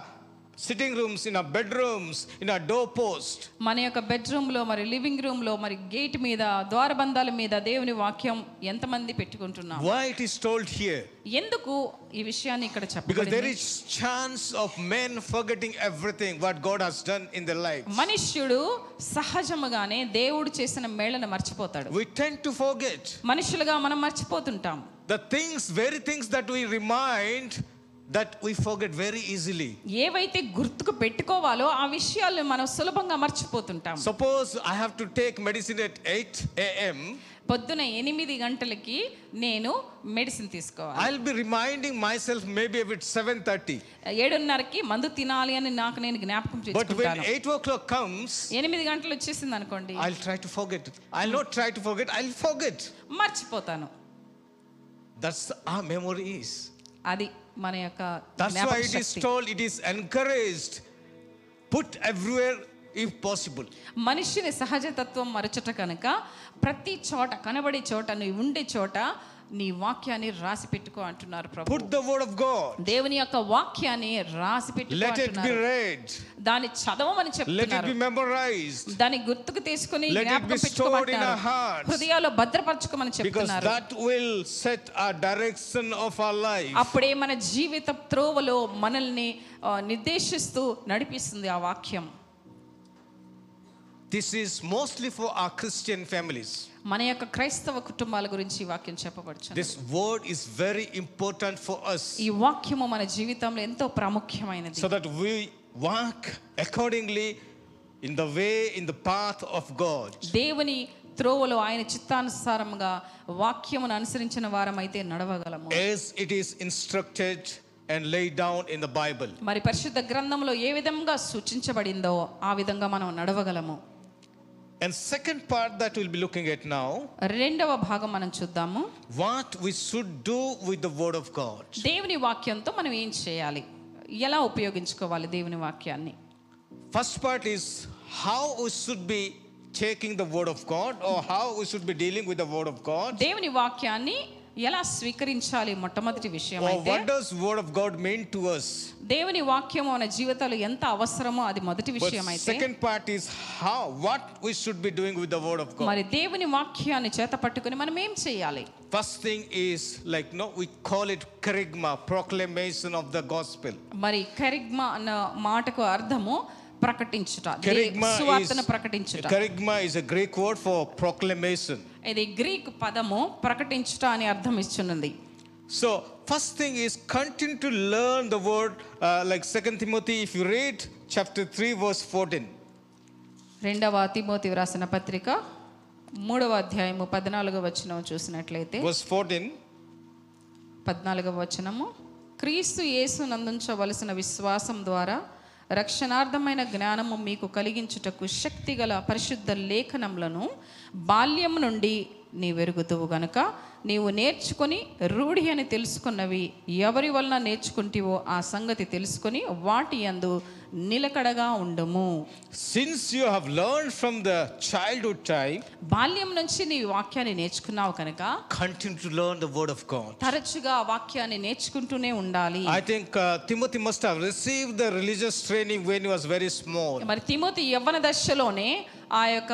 A: sitting rooms, in our bedrooms, in our doorpost?
B: మన యొక్క బెడ్రూమ్లో మరి లివింగ్ రూమ్లో మరి గేట్ మీద ద్వారబంధాల మీద దేవుని వాక్యం ఎంతమంది పెట్టుకుంటున్నాం
A: Why it is told here?
B: ఎందుకు ఈ విషయాన్ని ఇక్కడ
A: Because there
B: చెప్పబడింది
A: is chance of men forgetting everything what God has done in their life.
B: Mm. మనుష్యుడు సహజముగానే దేవుడు చేసిన మేళ్లను మర్చిపోతాడు
A: We tend to forget
B: మనుషులుగా మనం మర్చిపోతుంటాం
A: the things, very things that we remind, that we forget very easily.
B: ఏవైతే గుర్తుకు పెట్టుకోవాలో ఆ విషయాలు మనం సులభంగా మర్చిపోతుంటాం
A: Suppose I have to take medicine at 8 a.m.
B: పొద్దున ఎనిమిది గంటలకి నేను మెడిసిన్ తీసుకోవాలి
A: I'll be reminding myself maybe if it's 7:30.
B: ఏడున్నరకి మందు తినాలి అని నాకు నేను జ్ఞాపకం
A: But when
B: చేసుకుంటాను
A: 8 o'clock comes,
B: ఎనిమిది గంటలు వచ్చేసింది అనుకోండి
A: I'll try to forget. I'll not try to forget, I'll forget.
B: మర్చిపోతాను
A: That's our memory is.
B: అది మన యొక్క
A: That's why
B: జ్ఞాపక
A: it is
B: Shakti.
A: told, it is encouraged. Put everywhere if possible.
B: మనిషిని సహజతత్వం మరచుట కనుక ప్రతి చోట కనబడే చోట నువ్వు ఉండే చోట నీ వాక్యాన్ని రాసి పెట్టుకో అంటున్నారు ప్రభు
A: Put the word of God.
B: దేవుని యొక్క వాక్యాన్ని రాసి పెట్టుకో
A: Let it be
B: అంటున్నారు.
A: read.
B: దాన్ని చదవమని
A: Let it
B: చెప్తున్నారు
A: be memorized.
B: దాన్ని గుర్తుకు తీసుకుని
A: Let it be
B: జ్ఞాపకం
A: stored in
B: పెట్టుకోమంటున్నారు.
A: our hearts.
B: హృదయాల్లో భద్రపరచుకోమని
A: Because
B: చెప్తున్నారు
A: that will set our direction of our life.
B: అప్పుడే మన జీవిత త్రోవలో మనల్ని ఆ, నిర్దేశిస్తూ నడిపిస్తుంది ఆ వాక్యం
A: This is mostly for our Christian families.
B: మన యొక్క క్రైస్తవ కుటుంబాల గురించి ఈ వాక్యం చెప్పబడుచు
A: This word is very important for us
B: ఈ వాక్యము మన జీవితంలో ఎంతో ప్రాముఖ్యమైనది
A: so that we walk accordingly in the way, in the path of God.
B: దేవుని త్రోవలో ఆయన చిత్తానుసారంగా వాక్యమును అనుసరించిన వారమైతే నడవగలము
A: As it is instructed and laid down in the Bible.
B: మరి పరిశుద్ధ గ్రంథంలో ఏ విధంగా సూచించబడిందో ఆ విధంగా మనం నడవగలము
A: And second part that we'll be looking at now
B: రెండవ భాగం మనం చూద్దాము
A: what we should do with the word of God.
B: దేవుని వాక్యంతో మనం ఏం చేయాలి ఎలా ఉపయోగించుకోవాలి దేవుని వాక్యాన్ని
A: First part is how we should be taking the word of God or how we should be dealing with the word of God.
B: దేవుని వాక్యాన్ని ఎలా స్వీకరించాలి మొట్టమొదటి విషయం
A: Or
B: అయితే
A: Oh, what does word of God mean to us?
B: దేవుని వాక్యం మన జీవితాలు ఎంత అవసరమో అది మొదటి
A: But
B: విషయం అయితే
A: second part is how what we should be doing with the word of God.
B: మరి దేవుని వాక్యాన్ని చేత పట్టుకుని మనం ఏం చేయాలి
A: First thing is like no, we call it kerygma, proclamation of the gospel.
B: మరి కరిగ్మా అన్న మాటకు అర్థము ప్రకటించుట దే-
A: Kerygma is
B: సువార్తను ప్రకటించుట
A: kerygma is a Greek word for proclamation.
B: ఇది గ్రీక్ పదము ప్రకటించుట అని అర్థం ఇస్తున్నది
A: So first thing is continue to learn the word. Uh, like Second Timothy, if you read chapter three, verse fourteen.
B: రెండవ Timothy వ్రాసిన పత్రిక మూడవ అధ్యాయము పద్నాలుగవ వచనం చూసినట్లయితే
A: Verse 14.
B: పద్నాలుగవ వచనము క్రీస్తు యేసు నందుంచవలసిన విశ్వాసం ద్వారా రక్షణార్థమైన జ్ఞానము మీకు కలిగించుటకు శక్తిగల పరిశుద్ధ లేఖనములను బాల్యం నుండి నీ వెరుగుతువు గనుక నీవు నేర్చుకొని రూఢి అని తెలుసుకున్నవి ఎవరి వలన నేర్చుకుంటివో ఆ సంగతి తెలుసుకొని వాటి యందు నిలకడగా ఉండుము
A: Since you have learned from the childhood time,
B: బాల్యం నుంచి నీ వాక్యాన్ని నేర్చుకున్నావు కనుక
A: continue to learn the word of God.
B: తరచుగా ఆ వాక్యాన్ని నేర్చుకుంటూనే ఉండాలి
A: I think uh, Timothy must have received the religious training when he was very small.
B: మరి తిమోతి యవ్వన దశలోనే ఆ యొక్క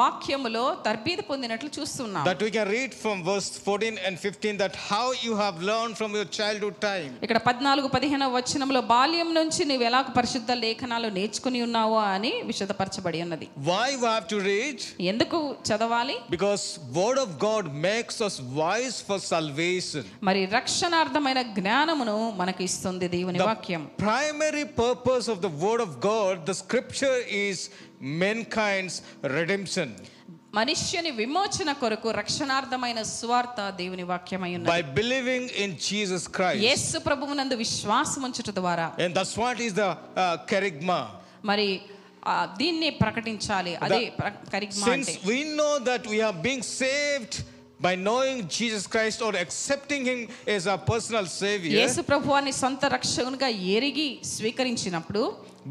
B: వాక్యములో తర్బీద పొందినట్లు చూస్తున్నాం
A: That we can read from verse 14 and 15 that how you have learned from your childhood time.
B: ఇక్కడ పద్నాలుగు పదిహేనవ వచనంలో బాల్యం నుంచి నీవు ఎలా పరిశుద్ధ లేఖనాలు నేర్చుకుని ఉన్నావో అని విశదపరచబడి ఉన్నది
A: Why we have to read?
B: ఎందుకు చదవాలి
A: Because word of God makes us wise for salvation.
B: మరి రక్షణార్థమైన జ్ఞానమును మనకు ఇస్తుంది దేవుని వాక్యం
A: Primary purpose of the word of God, the scripture is mankind's redemption.
B: మనుష్యుని విమోచన కొరకు రక్షణార్థమైన సువార్త దేవుని వాక్యమై ఉన్నది
A: By believing in Jesus Christ.
B: యేసు ప్రభువునందు విశ్వాసం ఉంచుట ద్వారా
A: And that's what is the uh, kerygma.
B: మరి ఆ, దీన్ని ప్రకటించాలి అదే ప్ర- కరిగ్మా అంటే
A: Since we know that we are being saved by knowing Jesus Christ or accepting Him as our personal Savior,
B: యేసు ప్రభువాన్ని సొంత రక్షకునిగా ఎరిగి స్వీకరించినప్పుడు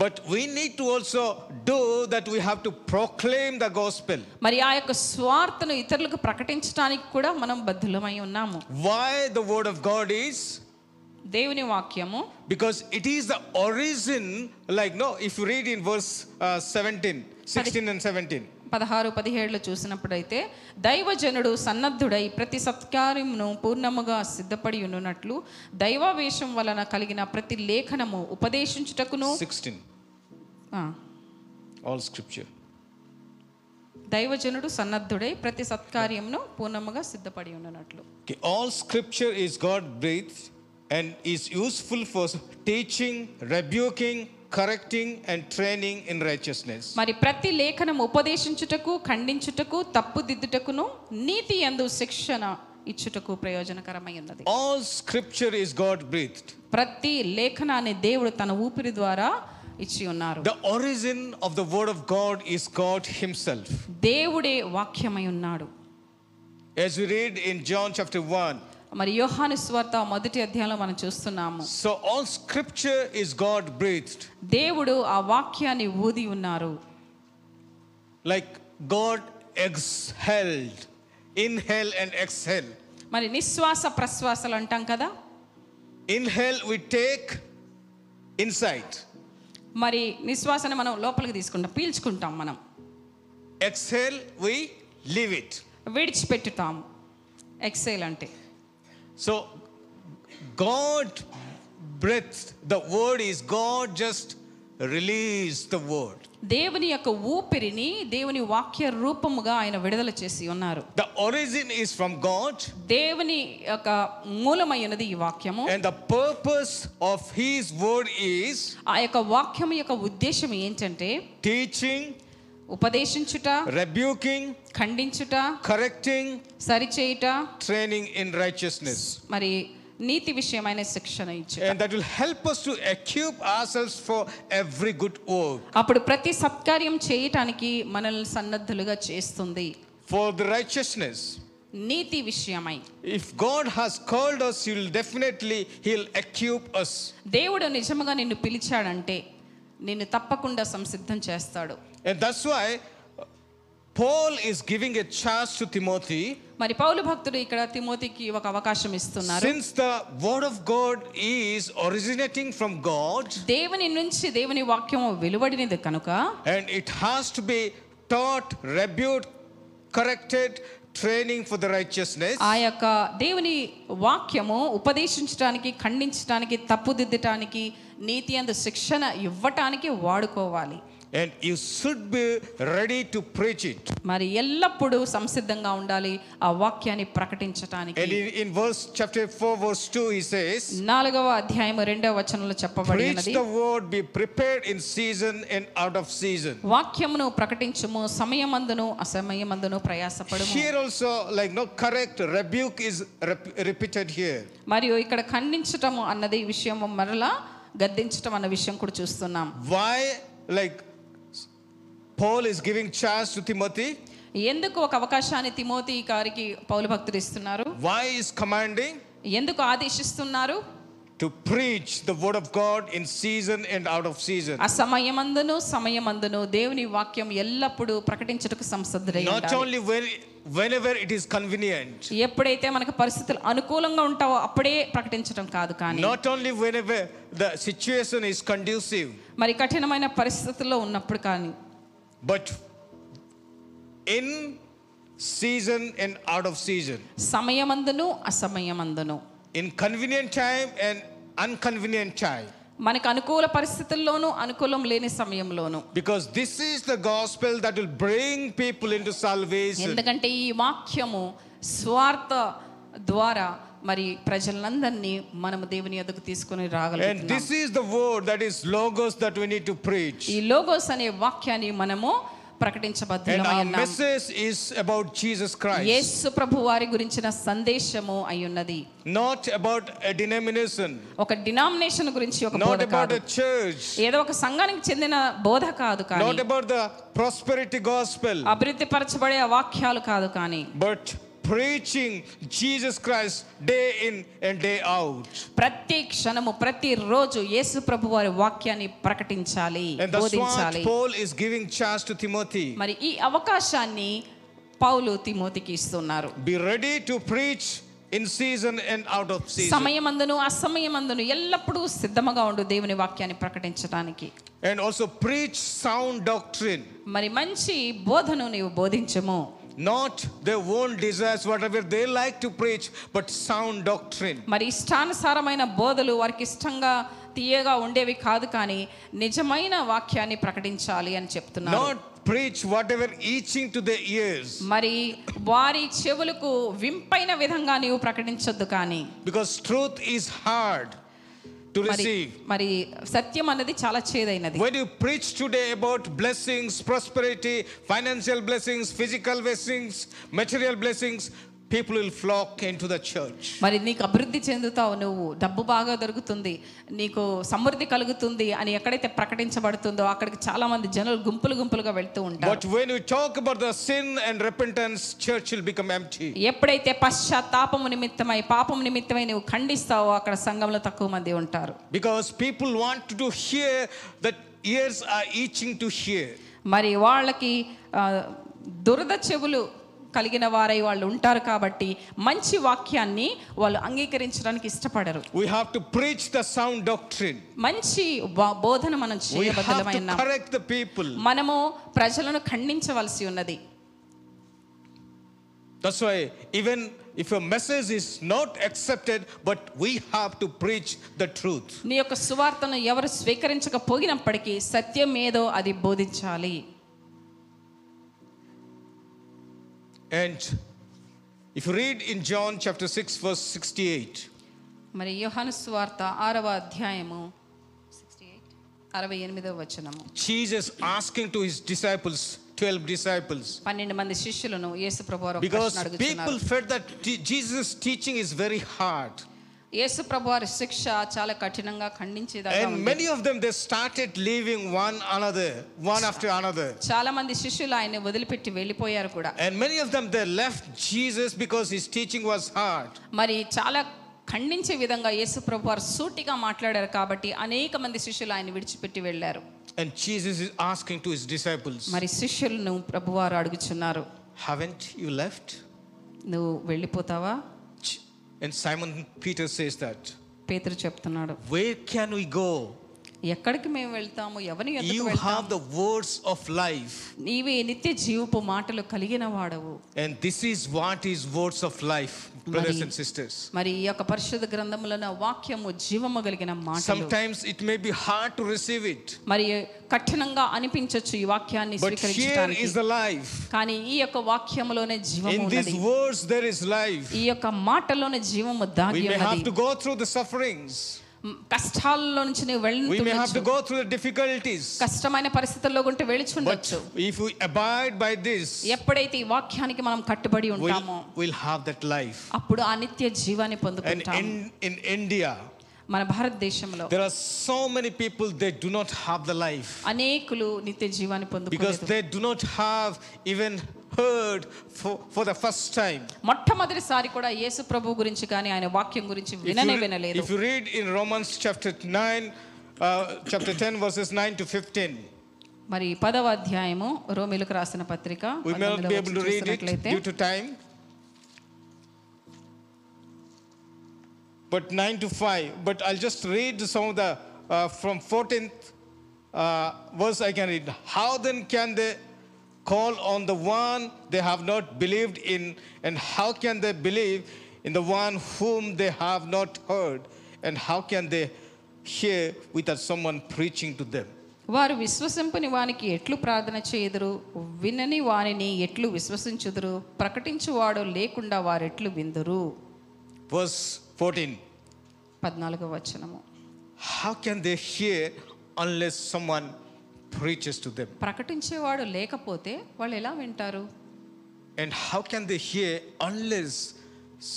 A: but we need to also do that we have to proclaim the gospel.
B: మరి ఆ యొక్క స్వార్థను ఇతరులకు ప్రకటించడానికి కూడా మనం బద్ధులమై ఉన్నాము
A: Why the Word of God is?
B: దేవుని వాక్యము
A: Because it is the origin, like, no, if you read in verse uh, 17, 16 and 17.
B: పదహారు పదిహేడులో చూసినప్పుడైతే దైవజనుడు సన్నద్ధుడై ప్రతి సత్కార్యమును పూర్ణముగా సిద్ధపడి ఉన్నట్లు దైవావేశం వలన కలిగిన ప్రతి లేఖనము ఉపదేశించుటకును
A: 16,
B: ఆ,
A: all scripture.
B: దైవజనుడు సన్నద్ధుడై ప్రతి సత్కార్యమును పూర్ణముగా సిద్ధపడి ఉన్నట్లు
A: Okay, all scripture is God breathed and is useful for teaching, rebuking, correcting, and training in righteousness.
B: మరి ప్రతి లేఖనం ఉపదేశించుటకు ఖండించుటకు తప్పుదిద్దుటకును నీతి యందు శిక్షణ ఇచ్చుటకు ప్రయోజనకరమై ఉన్నది
A: All scripture is God breathed.
B: ప్రతి లేఖనాన్ని దేవుడు తన ఊపిరి ద్వారా ఇచ్చి ఉన్నారు
A: The origin of the word of God is God Himself.
B: దేవుడే వాక్యమై ఉన్నాడు
A: As we read in John chapter 1,
B: మరి యోహాను స్వార్త మొదటి అధ్యాయంలో మనం చూస్తున్నాము
A: so all scripture is God breathed.
B: దేవుడు ఆ వాక్యాన్ని ఊది ఉన్నారు
A: Like God exhaled, inhale and exhale.
B: మరి నిశ్వాస ప్రశ్వాసలు అంటాం కదా
A: Inhale we take insight.
B: మరి నిశ్వాసాన్ని మనం లోపలికి తీసుకుంటాం పీల్చుకుంటాం మనం
A: Exhale, we leave it.
B: విడిచిపెట్టుతాం ఎక్సైల్ అంటే
A: So, God breathed the word is God just released the word.
B: దేవుని యొక్క ఊపిరిని దేవుని వాక్య రూపముగా ఆయన విడుదల చేసి ఉన్నారు
A: The origin is from God,
B: దేవుని యొక్క మూలమైనది ఈ వాక్యము
A: and the purpose of His word is
B: ఆ యొక్క వాక్యం యొక్క ఉద్దేశం ఏంటంటే
A: teaching,
B: ఉపదేశించుట
A: rebuking,
B: ఖండించుట
A: correcting,
B: సరిచేయుట
A: training in righteousness.
B: మరి నీతి విషయమైన శిక్షణ ఇచ్చుట
A: And that will help us to equip ourselves for every good work.
B: అప్పుడు ప్రతి సత్కార్యం చేయటానికి మనల్ని సన్నద్ధులుగా చేస్తుంది
A: For the righteousness,
B: నీతి విషయమై
A: if God has called us, He will definitely He'll equip us.
B: దేవుడు నిజముగా నిన్ను పిలిచాడంటే నిన్ను తప్పకుండా సంసిద్ధం చేస్తాడు
A: And that's why uh, Paul is giving a charge to Timothy.
B: మరి పౌలు భక్తుడు ఇక్కడ తిమోతికి ఒక అవకాశం ఇస్తున్నారు
A: Since the word of God is originating from God
B: దేవుని నుంచి దేవుని వాక్యము వెలువడినది కనుక
A: and it has to be taught, rebuked, corrected, training for the righteousness,
B: ఆ యొక్క దేవుని వాక్యము ఉపదేశించడానికి ఖండించడానికి తప్పుదిద్దటానికి నీతి అందు శిక్షణ ఇవ్వటానికి వాడుకోవాలి
A: and you should be ready to preach it.
B: మరి ఎల్లప్పుడూ సంసిద్ధంగా ఉండాలి ఆ వాక్యాన్ని ప్రకటించటానికి
A: And in, in verse chapter 4, verse 2, he says,
B: నాలుగవ అధ్యాయము రెండవ వచనంలో చెప్పబడి
A: Preach
B: ఉన్నది
A: the word, be prepared in season and out of season.
B: వాక్యమును ప్రకటించుము సమయమందును అసమయమందును ప్రయాసపడుము
A: Here also, like no correct rebuke is rep- repeated here.
B: మరియు ఇక్కడ ఖండించటము అన్నది ఈ విషయం మరలా గద్దించటం అన్న విషయం కూడా చూస్తున్నాం
A: why like paul is giving charge to timothy
B: ఎందుకు ఒక అవకాశాన్ని తిమోతి గారికి పౌలు భక్తులు ఇస్తున్నారు
A: why is commanding
B: ఎందుకు ఆదేశిస్తున్నారు
A: to preach the word of god in season and out of season
B: ఆ సమయమందును సమయమందును దేవుని వాక్యం ఎల్లప్పుడూ ప్రకటించటకు సంసిద్ధుడై
A: not
B: ఉండాలి.
A: only when whenever it is convenient
B: ఎప్పుడైతే మనకు పరిస్థితులు అనుకూలంగా ఉంటావో అప్పుడే ప్రకటించడం కాదు కానీ
A: not only whenever the situation is conducive
B: మరి కఠినమైన పరిస్థితుల్లో ఉన్నప్పుడు కానీ
A: but in season and out of season,
B: సమయమందును అసమయమందును
A: in convenient time and inconvenient time.
B: మనకు అనుకూల పరిస్థితుల్లోనూ అనుకూలం లేని సమయంలోనూ
A: Because this is the gospel that will bring people into salvation.
B: ఎందుకంటే ఈ వాక్యము స్వార్థ ద్వారా మరి ప్రజలందరినీ మనము దేవుని ఎదుగు తీసుకుని
A: And
B: రాగలుగుతున్నాం
A: this is the word that is logos that we need to preach.
B: ఈ లోగోస్ అనే వాక్యాన్ని మనము ప్రకటించబద్దు
A: And our message is about Jesus Christ,
B: యేసు ప్రభు వారి గురించిన సందేశము అయి ఉన్నది
A: not about a denomination,
B: ఒక డినామినేషన్ గురించి ఒక
A: not
B: బోధ
A: about
B: కాదు
A: a church,
B: ఏదో ఒక సంఘానికి చెందిన బోధ కాదు
A: not
B: కానీ
A: about the prosperity gospel,
B: అభివృద్ధి పరచబడే ఆ వాక్యాలు కాదు కానీ
A: but preaching Jesus Christ day in and day out.
B: ప్రతి క్షణము ప్రతి రోజు యేసు ప్రభు వారి వాక్యాన్ని ప్రకటించాలి
A: And that's what
B: బోధించాలి
A: Paul is giving charge to Timothy.
B: మరి ఈ అవకాశాన్ని పౌలు తిమోతికి ఇస్తున్నారు
A: Be ready to preach in season and out of season.
B: సమయమందును అసమయమందును ఎల్లప్పుడూ సిద్ధముగా ఉండు దేవుని వాక్యాన్ని ప్రకటించడానికి
A: And also preach sound doctrine.
B: మరి మంచి బోధను నీవు బోధించము
A: Not their own desires, whatever they like to preach, but sound doctrine.
B: మరి ఇష్టానుసారమైన బోధలు వారికి ఇష్టంగా తీయగా ఉండేవి కాదు కానీ నిజమైన వాక్యాన్ని ప్రకటించాలి అని చెప్తున్నారు
A: Not preach whatever itching to their ears.
B: మరి వారి చెవులకు వింపైన విధంగా నీవు ప్రకటించొద్దు కానీ
A: Because truth is hard to
B: మరి
A: receive.
B: మరి సత్యం అన్నది చాలా చేదైనది
A: When you preach today about blessings, prosperity, financial blessings, physical blessings, material blessings, people will flock into the church.
B: మరి నీకు అభివృద్ధి చెందుతావు నువ్వు డబ్బు బాగా దొరుకుతుంది నీకు సమృద్ధి కలుగుతుంది అని ఎక్కడైతే ప్రకటించబడుతుందో అక్కడికి చాలా మంది జనులు గుంపులు గుంపులుగా వెళ్తూ ఉంటారు
A: But when you talk about the sin and repentance, church will become empty.
B: ఎప్పుడైతే పశ్చాత్తాపము నిమిత్తమై పాపం నిమిత్తమై నువ్వు ఖండిస్తావో అక్కడ సంఘంలో తక్కువ మంది ఉంటారు
A: Because people want to hear that ears are itching to hear.
B: మరి వాళ్ళకి ఆ, దురద చెవులు కలిగిన వారై వాళ్ళు ఉంటారు కాబట్టి మంచి వాక్యాన్ని వాళ్ళు అంగీకరించడానికి ఇష్టపడరు
A: We have to preach the sound doctrine.
B: మంచి బా- బోధన మనం
A: We have to
B: చేయబద్దమైన
A: correct the people.
B: మనము ప్రజలను ఖండించవలసి ఉన్నది
A: That's why even if your message is not accepted, but we have to preach the truth.
B: నీ యొక్క సువార్తను ఎవరు స్వీకరించకపోయినప్పటికీ సత్యం ఏదో అది బోధించాలి
A: And if you read in John chapter 6, verse 68,
B: మరి యోహాను సువార్త ఆరవ అధ్యాయము అరవై ఎనిమిదవ వచనము
A: Jesus asking to his disciples, 12 disciples,
B: పన్నెండు మంది శిష్యులను యేసు ప్రభు వారు ఒక
A: because
B: ప్రశ్న అడుగుతున్నారు
A: people felt that t- Jesus' teaching is very hard.
B: యేసు ప్రభు వారి శిక్ష చాలా కఠినంగా ఖండించేదాగా
A: And
B: ఉంది.
A: many of them, they started leaving one another, one after another.
B: చాలా మంది శిష్యులు ఆయన్ని వదిలిపెట్టి వెళ్ళిపోయారు కూడా
A: And many of them, they left Jesus because his teaching was hard.
B: మరి చాలా ఖండించే విధంగా యేసు ప్రభు వారు సూటిగా మాట్లాడారు కాబట్టి అనేక మంది శిష్యులు ఆయన విడిచిపెట్టి వెళ్ళారు
A: And Jesus is asking to his disciples,
B: మరి శిష్యులను ప్రభువారు అడుగుచున్నారు
A: Haven't you left?
B: నువ్వు వెళ్ళిపోతావా
A: Ch- And Simon Peter says that,
B: పేతురు చెప్తున్నాడు
A: Where can we go?
B: ఎక్కడికి మేము వెళ్తాము ఎవరిని
A: You
B: ఎందుకు
A: have the words of life.
B: నీవే నిత్య జీవపు మాటలు కలిగిన వాడవు
A: And this is what is words of life, brothers
B: Mari.
A: and sisters.
B: మరి ఈ యొక్క పరిశుద్ధ గ్రంథములను వాక్యము జీవము కలిగిన మాటలు
A: Sometimes it may be hard to receive it,
B: మరి కఠినంగా అనిపించొచ్చు ఈ వాక్యాన్ని
A: but here
B: స్వీకరించడానికి
A: is the life.
B: కానీ ఈ యొక్క వాక్యములోనే జీవము
A: In these
B: ఉన్నది
A: words, there is life.
B: ఈ యొక్క మాటలోనే జీవము దాగి
A: We may have
B: ఉన్నది
A: to go through the sufferings,
B: మ్, కష్టాల్లో నుంచి నువ్వు
A: we may have to
B: వెళ్ళి
A: go through the difficulties.
B: కష్టమైన పరిస్థితుల్లో ఉంటే
A: But
B: వెళ్ళిచుండొచ్చు
A: if we abide by this,
B: ఎప్పుడైతే ఈ వాక్యానికి మనం కట్టుబడి ఉంటామో
A: we'll, we'll have that life.
B: అప్పుడు ఆ నిత్య జీవాన్ని
A: And
B: పొందుకుంటాం
A: in, in India,
B: మన భారతదేశంలో
A: there are so many people, they do not have the life.
B: అనేకులు నిత్య జీవాన్ని
A: Because
B: పొందుకుంటారు
A: they do not have even heard for, for the first time.
B: మొట్టమొదటిసారి కూడా యేసు ప్రభు గురించి కానీ ఆయన వాక్యం గురించి
A: If
B: విననే
A: you,
B: వినలేదు
A: if you read in Romans chapter 9, uh, chapter 10, verses 9 to 15,
B: మరి పదవ అధ్యాయము రోమిలకు రాసిన పత్రిక
A: we may not be
B: పంతొమ్మిదవ
A: able to
B: వచనం
A: read it
B: చూసినట్లయితే
A: due to time. But 9 to 5, but I'll just read some of the uh, from 14th uh, verse I can read. How then can they call on the one they have not believed in, and how can they believe in the one whom they have not heard? And how can they hear without someone preaching to them?
B: వారు విశ్వసింపని వానికి ఎట్లు ప్రార్థన చేయుదురు వినని వానిని ఎట్లు విశ్వసించుదురు ప్రకటించువాడు లేకుండా వారెట్లు విందురు
A: Verse 14
B: పద్నాలుగో వచనము
A: How can they hear unless someone preaches to them?
B: ప్రకటించేవాడు లేకపోతే వాళ్ళు ఎలా వింటారు
A: And how can they hear unless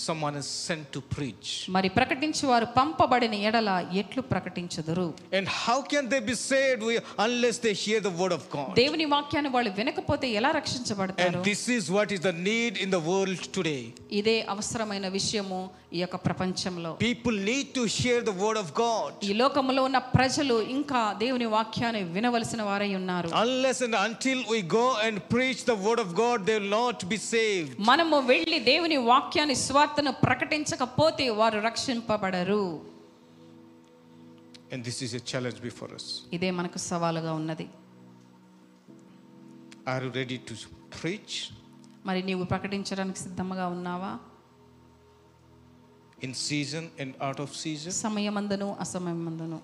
A: someone is sent to preach?
B: మరి ప్రకటించేవారు పంపబడిన ఎడల ఎట్లు ప్రకటించుదురు
A: And how can they be saved wi- unless they hear the word of God?
B: దేవుని వాక్యాన్ని వాళ్ళు వినకపోతే ఎలా రక్షించబడతారు
A: And this is what is the need in the world today.
B: ఇదే అవసరమైన విషయము ఈ యొక్క ప్రపంచంలో
A: People need to hear the word of God.
B: ఈ లోకములో ఉన్న ప్రజలు ఇంకా దేవుని వాక్యాన్ని వినవలసిన వారై ఉన్నారు
A: Unless and until we go and preach the word of God, they will not be saved.
B: మనము వెళ్ళి దేవుని వాక్యాన్ని స్వార్థను ప్రకటించకపోతే వారు రక్షింపబడరు
A: And this is a challenge before us.
B: ఇదే మనకు సవాలుగా ఉన్నది
A: Are you ready to preach
B: మరి నీవు ప్రకటించడానికి సిద్ధంగా ఉన్నావా
A: in season and out of season,
B: సమయమందును అసమయమందును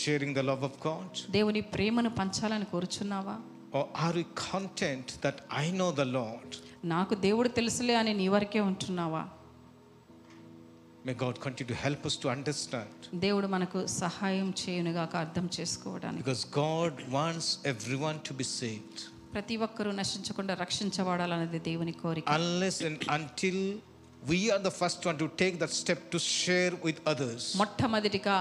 A: sharing the love of God?
B: దేవుని ప్రేమను పంచాలని కోరుచున్నావా
A: Or are you content that I know the Lord?
B: నాకు దేవుడు తెలుసులే అని నీ వరకే ఉంటున్నావా
A: May God continue to help us to understand.
B: దేవుడు మనకు సహాయం చేయునుగాక అర్థం చేసుకోవడానికి
A: Because God wants everyone to be saved.
B: ప్రతి ఒక్కరూ నశించకుండా రక్షించబడాలన్నది దేవుని కోరిక
A: Unless and until we are the first one to take that step to share with others.
B: మొట్టమొదటిగా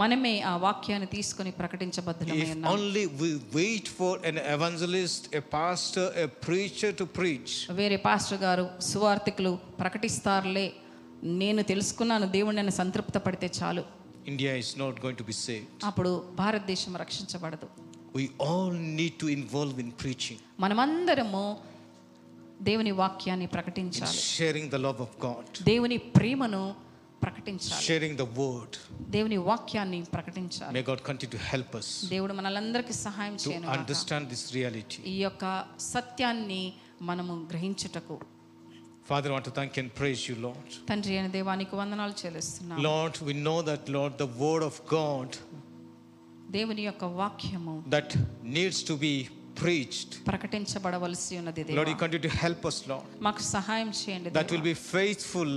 B: మనమే ఆ వాక్యాన్ని తీసుకొని ప్రకటించబద్ధులమై
A: If
B: ఉన్నాం
A: only we wait for an evangelist, a pastor, a preacher to preach,
B: వేరే పాస్టర్ గారు సువార్థికులు ప్రకటిస్తారులే నేను తెలుసుకున్నాను దేవుడు నన్ను సంతృప్త పడితే చాలు
A: India is not going to be saved.
B: అప్పుడు భారతదేశం రక్షించబడదు
A: We all need to involve in preaching,
B: మనమందరము దేవుని వాక్యాన్ని
A: in
B: ప్రకటించాలి
A: sharing the love of God,
B: దేవుని ప్రేమను ప్రకటించాలి
A: sharing the word.
B: దేవుని వాక్యాన్ని ప్రకటించాలి
A: May God continue to help us
B: దేవుడు మనలందరికీ సహాయం
A: to
B: చేయను గాక.
A: understand this reality.
B: ఈ యొక్క సత్యాన్ని మనము గ్రహించుటకు
A: Father, I want to thank and praise you, Lord.
B: తండ్రి అయిన దేవానికి వందనాలు చెల్లిస్తున్నాం
A: Lord, we know that, Lord, the word of God
B: దేవుని యొక్క వాక్యము
A: that needs to be preached.
B: ప్రకటించబడవలసి ఉన్నది
A: Lord,
B: దేవా.
A: you continue to help us, Lord.
B: మాకు సహాయం చేయండి
A: that
B: దేవా.
A: will be faithful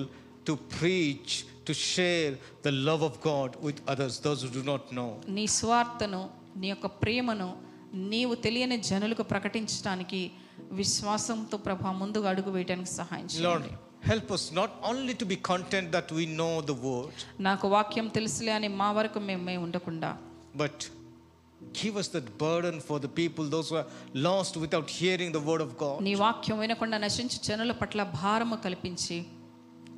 A: to preach, to share the love of God with others, those who do not know.
B: నీ స్వార్థను నీ యొక్క ప్రేమను నీవు తెలియని జనులకు ప్రకటించడానికి విశ్వాసంతో ప్రభా ముందుగా అడుగు వేయడానికి సహాయం చేయండి
A: Lord, help us not only to be content that we know the word,
B: నాకు వాక్యం తెలుసులే అని మా వరకు మేమే ఉండకుండా
A: but give us that burden for the people, those who are lost without hearing the word of God.
B: నీ వాక్యం వినకుండా నశించు జనుల పట్ల భారము కల్పించి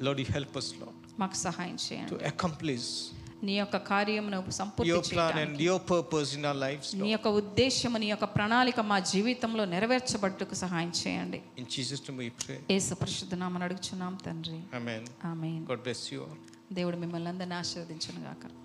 A: Lord, you help us, Lord,
B: మాకు సహాయం చేయండి
A: to accomplish
B: నీ యొక్క కార్యమును సంపూర్తి
A: your plan
B: చేయడానికి
A: and your purpose in our lives. Lord.
B: నీ యొక్క ఉద్దేశము నీ యొక్క ప్రణాళిక మా జీవితంలో నెరవేర్చబట్టుకు సహాయం చేయండి
A: In Jesus' name we pray.
B: ఏసు పరిశుద్ధనామని అడుగుచున్నాం తండ్రి
A: Amen.
B: ఆమె
A: God bless you all.
B: దేవుడు మిమ్మల్ని అందరిని ఆశీర్వదించును గాక